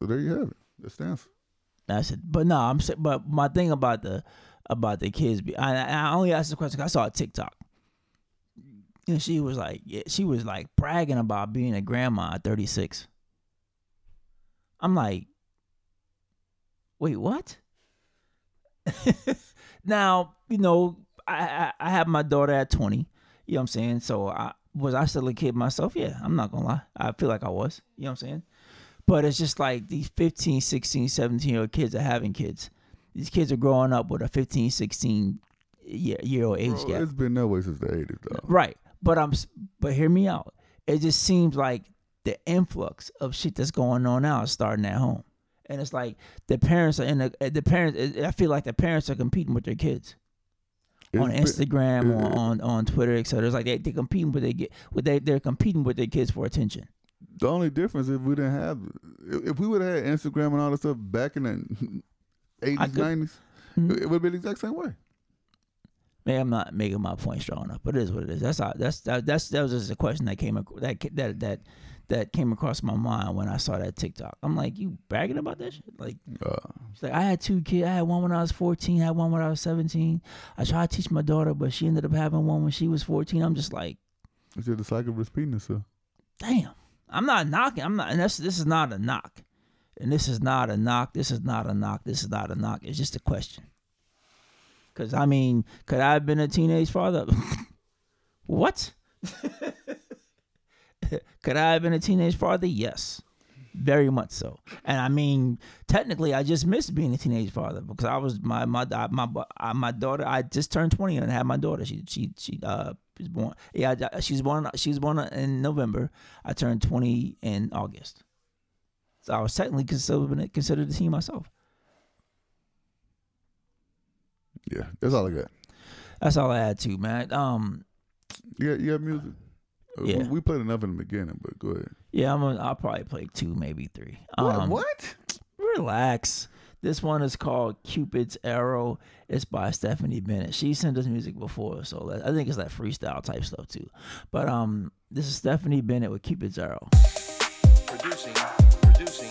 B: So there you have it. That stands.
A: That's it. But no, I'm sa- but my thing about the about the kids. Be, I I only asked the question 'cause I saw a TikTok, and she was like, yeah, she was like bragging about being a grandma at 36. I'm like, wait, what? now you know I, I I have my daughter at 20. You know what I'm saying? So I was I still a kid myself? Yeah, I'm not gonna lie. I feel like I was. You know what I'm saying? But it's just like these 15, 16, 17 year old kids are having kids. These kids are growing up with a 15, 16 year, year old age
B: Bro,
A: gap.
B: It's been that way since the eighties, though.
A: Right. But I'm s- but hear me out. It just seems like the influx of shit that's going on now is starting at home. And it's like the parents are in the the parents eh, I feel like the parents are competing with their kids. on
B: It's been-
A: Instagram, on,
B: it-
A: on on Twitter, etc. It's like they they competing with they get with they they're competing with their kids for attention.
B: The only difference if we didn't have, if if we would have had Instagram and all that stuff back in the eighties,
A: could- Mm-hmm.
B: nineties, it would have been the exact same way.
A: Man, I'm not making my point strong enough, but it is what it is. That's how, that's that, that's that was just a question that came ac- that ca- that that that came across my mind when I saw that TikTok. I'm like, you bragging about that shit? Like, she's like I had two kids. I had one when I was 14. I had one when I was 17. I tried to teach my daughter, but she ended up having one when she was 14. I'm just like,
B: It's just the cycle repeating itself.
A: damn. I'm not knocking. I'm not, and that's this is not a knock, and this is not a knock. This is not a knock. This is not a knock. It's just a question. Cause I mean, could I have been a teenage father? what? could I have been a teenage father? Yes, very much so. And I mean, technically, I just missed being a teenage father because I was my my I- my I- my daughter. I just turned twenty and had my daughter. She she she uh was born. Yeah, I- she was born. She was born in November. I turned twenty in August. So I was technically considered considered a teen myself.
B: Yeah, that's all I got.
A: That's all I had to man. Um,
B: yeah, you got music. Uh,
A: Yeah.
B: We, we played enough in the beginning, but go ahead.
A: Yeah, I'm. Gonna, I'll probably play two, maybe three.
B: What-
A: Um,
B: what?
A: Relax. This one is called Cupid's Arrow. It's by Stephanie Bennett. She sent us music before, so that- I think it's like freestyle type stuff too. But um, this is Stephanie Bennett with Cupid's Arrow.
E: Producing, producing, producing.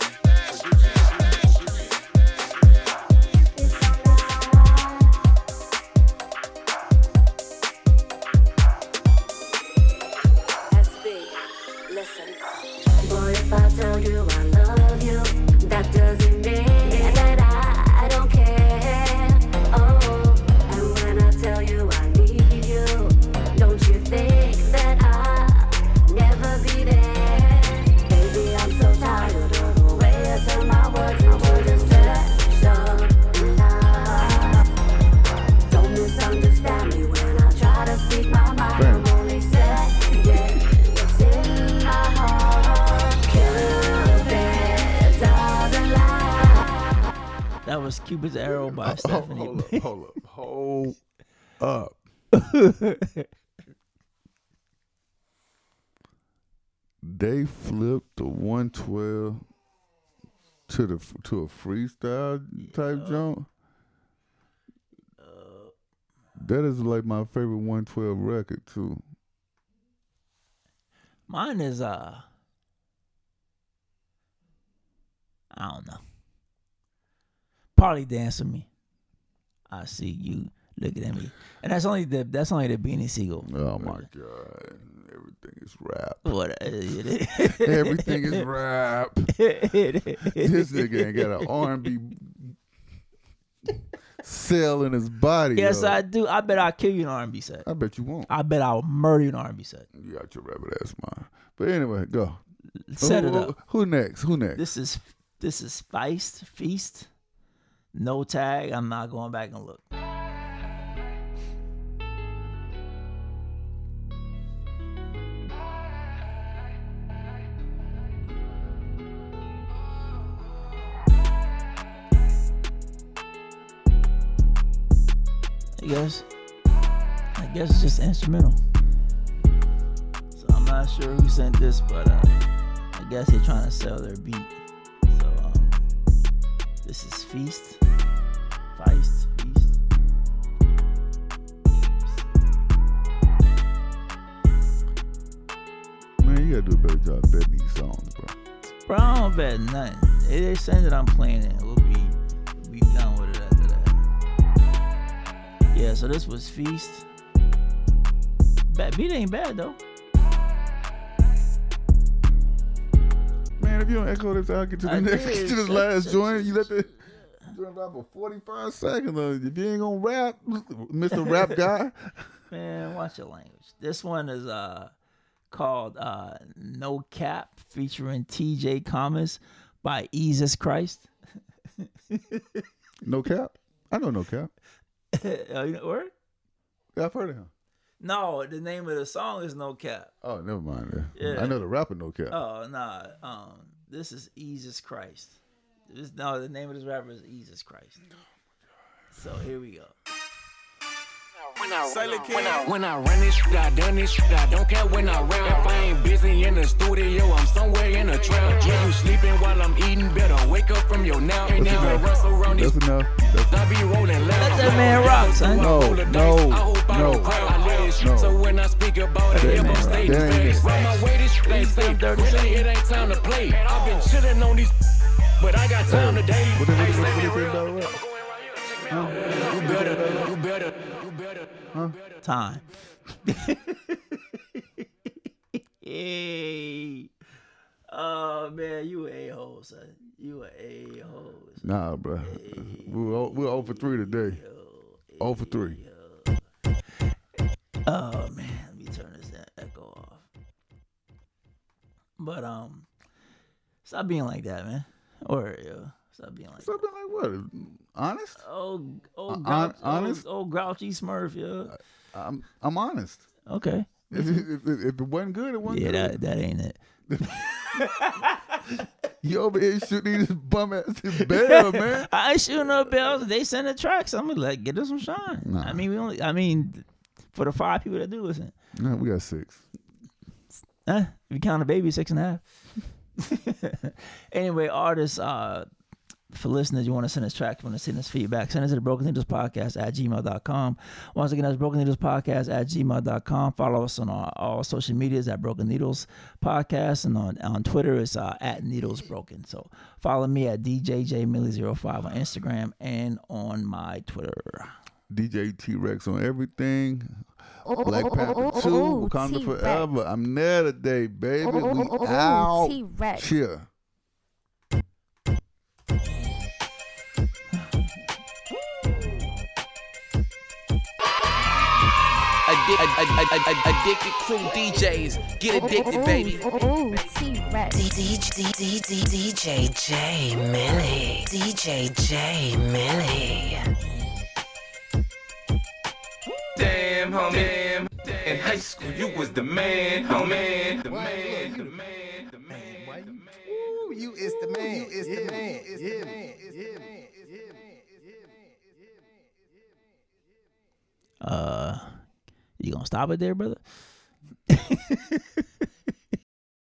P: SB, listen. Boy, if I tell you I love you, that doesn't mean that I don't care. Oh, and when I tell you I need you, don't you think that I'll never be there? Baby, I'm so tired of the way I turn my words into deception. Love. Don't misunderstand me when I try to speak my mind. I'm only saying what's in my heart. Cupid doesn't lie.
A: That was Cupid's Arrow by Stephanie. Hold up,
B: hold up, hold up. They flipped the one twelve to the f- to a freestyle type jump. That is like my favorite one twelve record too.
A: Mine is uh, I don't know. Probably dance with me. I see you looking at me, and that's only the that's only the Beanie Siegel.
B: Oh my god, everything is rap.
A: What?
B: Everything is rap. this nigga ain't got an R&B cell in his body.
A: Yes,
B: yo.
A: I do. I bet I'll kill you in an R&B set.
B: I bet you won't.
A: I bet I'll murder you in an R&B set.
B: You got your rabbit ass mind. But anyway, go.
A: Set
B: who,
A: it
B: who-
A: up.
B: Who next? Who next?
A: This is this is Feist Feast. No tag. I'm not going back and look. I guess. I guess it's just instrumental. So I'm not sure who sent this, but uh, I guess they're trying to sell their beat. So um, this is Feast. Feist. Feast.
B: Man, you gotta do a better job betting these songs, bro.
A: Bro, I don't bet nothing. They, they saying that I'm playing it. We'll be, we'll be done with it after that. Yeah, so this was Feast. Bad, beat ain't bad though.
B: Man, if you don't echo this, I'll get to the
A: I
B: next,
A: did.
B: to this last joint. You let the joint drop for 45 seconds. uh, If you ain't gonna rap, Mr. Rap Guy.
A: Man, watch your language. This one is uh called uh No Cap featuring TJ Commas by Jesus Christ.
B: No cap. I know no cap.
A: oh, you know, word?
B: Yeah, I've heard of him.
A: No, the name of the song is No Cap.
B: Oh, never mind. that.
A: Yeah.
B: I know the rapper No Cap.
A: Oh nah. Um, this is Jesus Christ. This, no, the name of this rapper is Jesus Christ. So here we go.
Q: When I, when, I, when I run this shit, I done this shit. I don't care when I rap. I ain't busy in the studio. I'm somewhere in a trap. Yeah, you sleeping while I'm eating. Better wake up from your nap. Ain't never rustle around these.
B: That's enough.
Q: I be rolling loud. Let that man rock, son.
B: No, no, no, no.
Q: So when I speak about
B: That
Q: it,
B: ain't
Q: I'm
B: right.
Q: staying
B: That ain't
Q: fast.
B: right.
Q: Run my way, this shit ain't safe. Really, it ain't time to play. I've been chilling on these, but I got time today. You better, you better, you better.
A: Time. Yay. Oh man, you a hole, son. You a hole.
B: Nah, bro. We're o- we're over three today. Over three.
A: Oh man, let me turn this e- echo off. But um, stop being like that, man. Or yo, stop being like
B: Stop being like what? Honest?
A: Oh, oh,
B: Hon-
A: grouch,
B: honest?
A: old, old grouchy Smurf, yo.
B: I'm I'm honest.
A: Okay.
B: If, if, if if it wasn't good, it wasn't
A: Yeah,
B: good.
A: that that ain't it.
B: You over here shooting this bum ass bell, man.
A: I ain't shooting no bells. They send the tracks. I'm gonna like get us some shine. I mean, we only. I mean, for the five people that do listen,
B: Nah, we got six.
A: eh, if you count a baby, six and a half. anyway, artists, uh, for listeners, you want to send us tracks, you want to send us feedback, send us to the Broken Needles Podcast at gmail.com. Once again, that's Broken Needles Podcast at gmail.com. Follow us on our, all social medias at Broken Needles Podcast. And on, on Twitter, it's uh, at Needles Broken. So follow me at DJJMilly05 on Instagram and on my Twitter.
B: DJ T Rex on everything. Black
A: oh,
B: Panther
A: oh,
B: 2,
A: oh,
B: Wakanda
A: T-Rex.
B: Forever. I'm there today, baby.
A: Oh, oh,
B: we
A: oh, oh,
B: out
A: T-Rex.
B: here.
R: Addic- ad- ad- ad- ad- addicted crew DJs. Get addicted, baby.
D: DJ J Millie. DJ J Millie.
E: Damn, homie. Damn. In high school, you was the man, homie. The man, the man, the man.
F: Ooh, you is the man. You is the man.
A: Uh, you gonna stop it there, brother?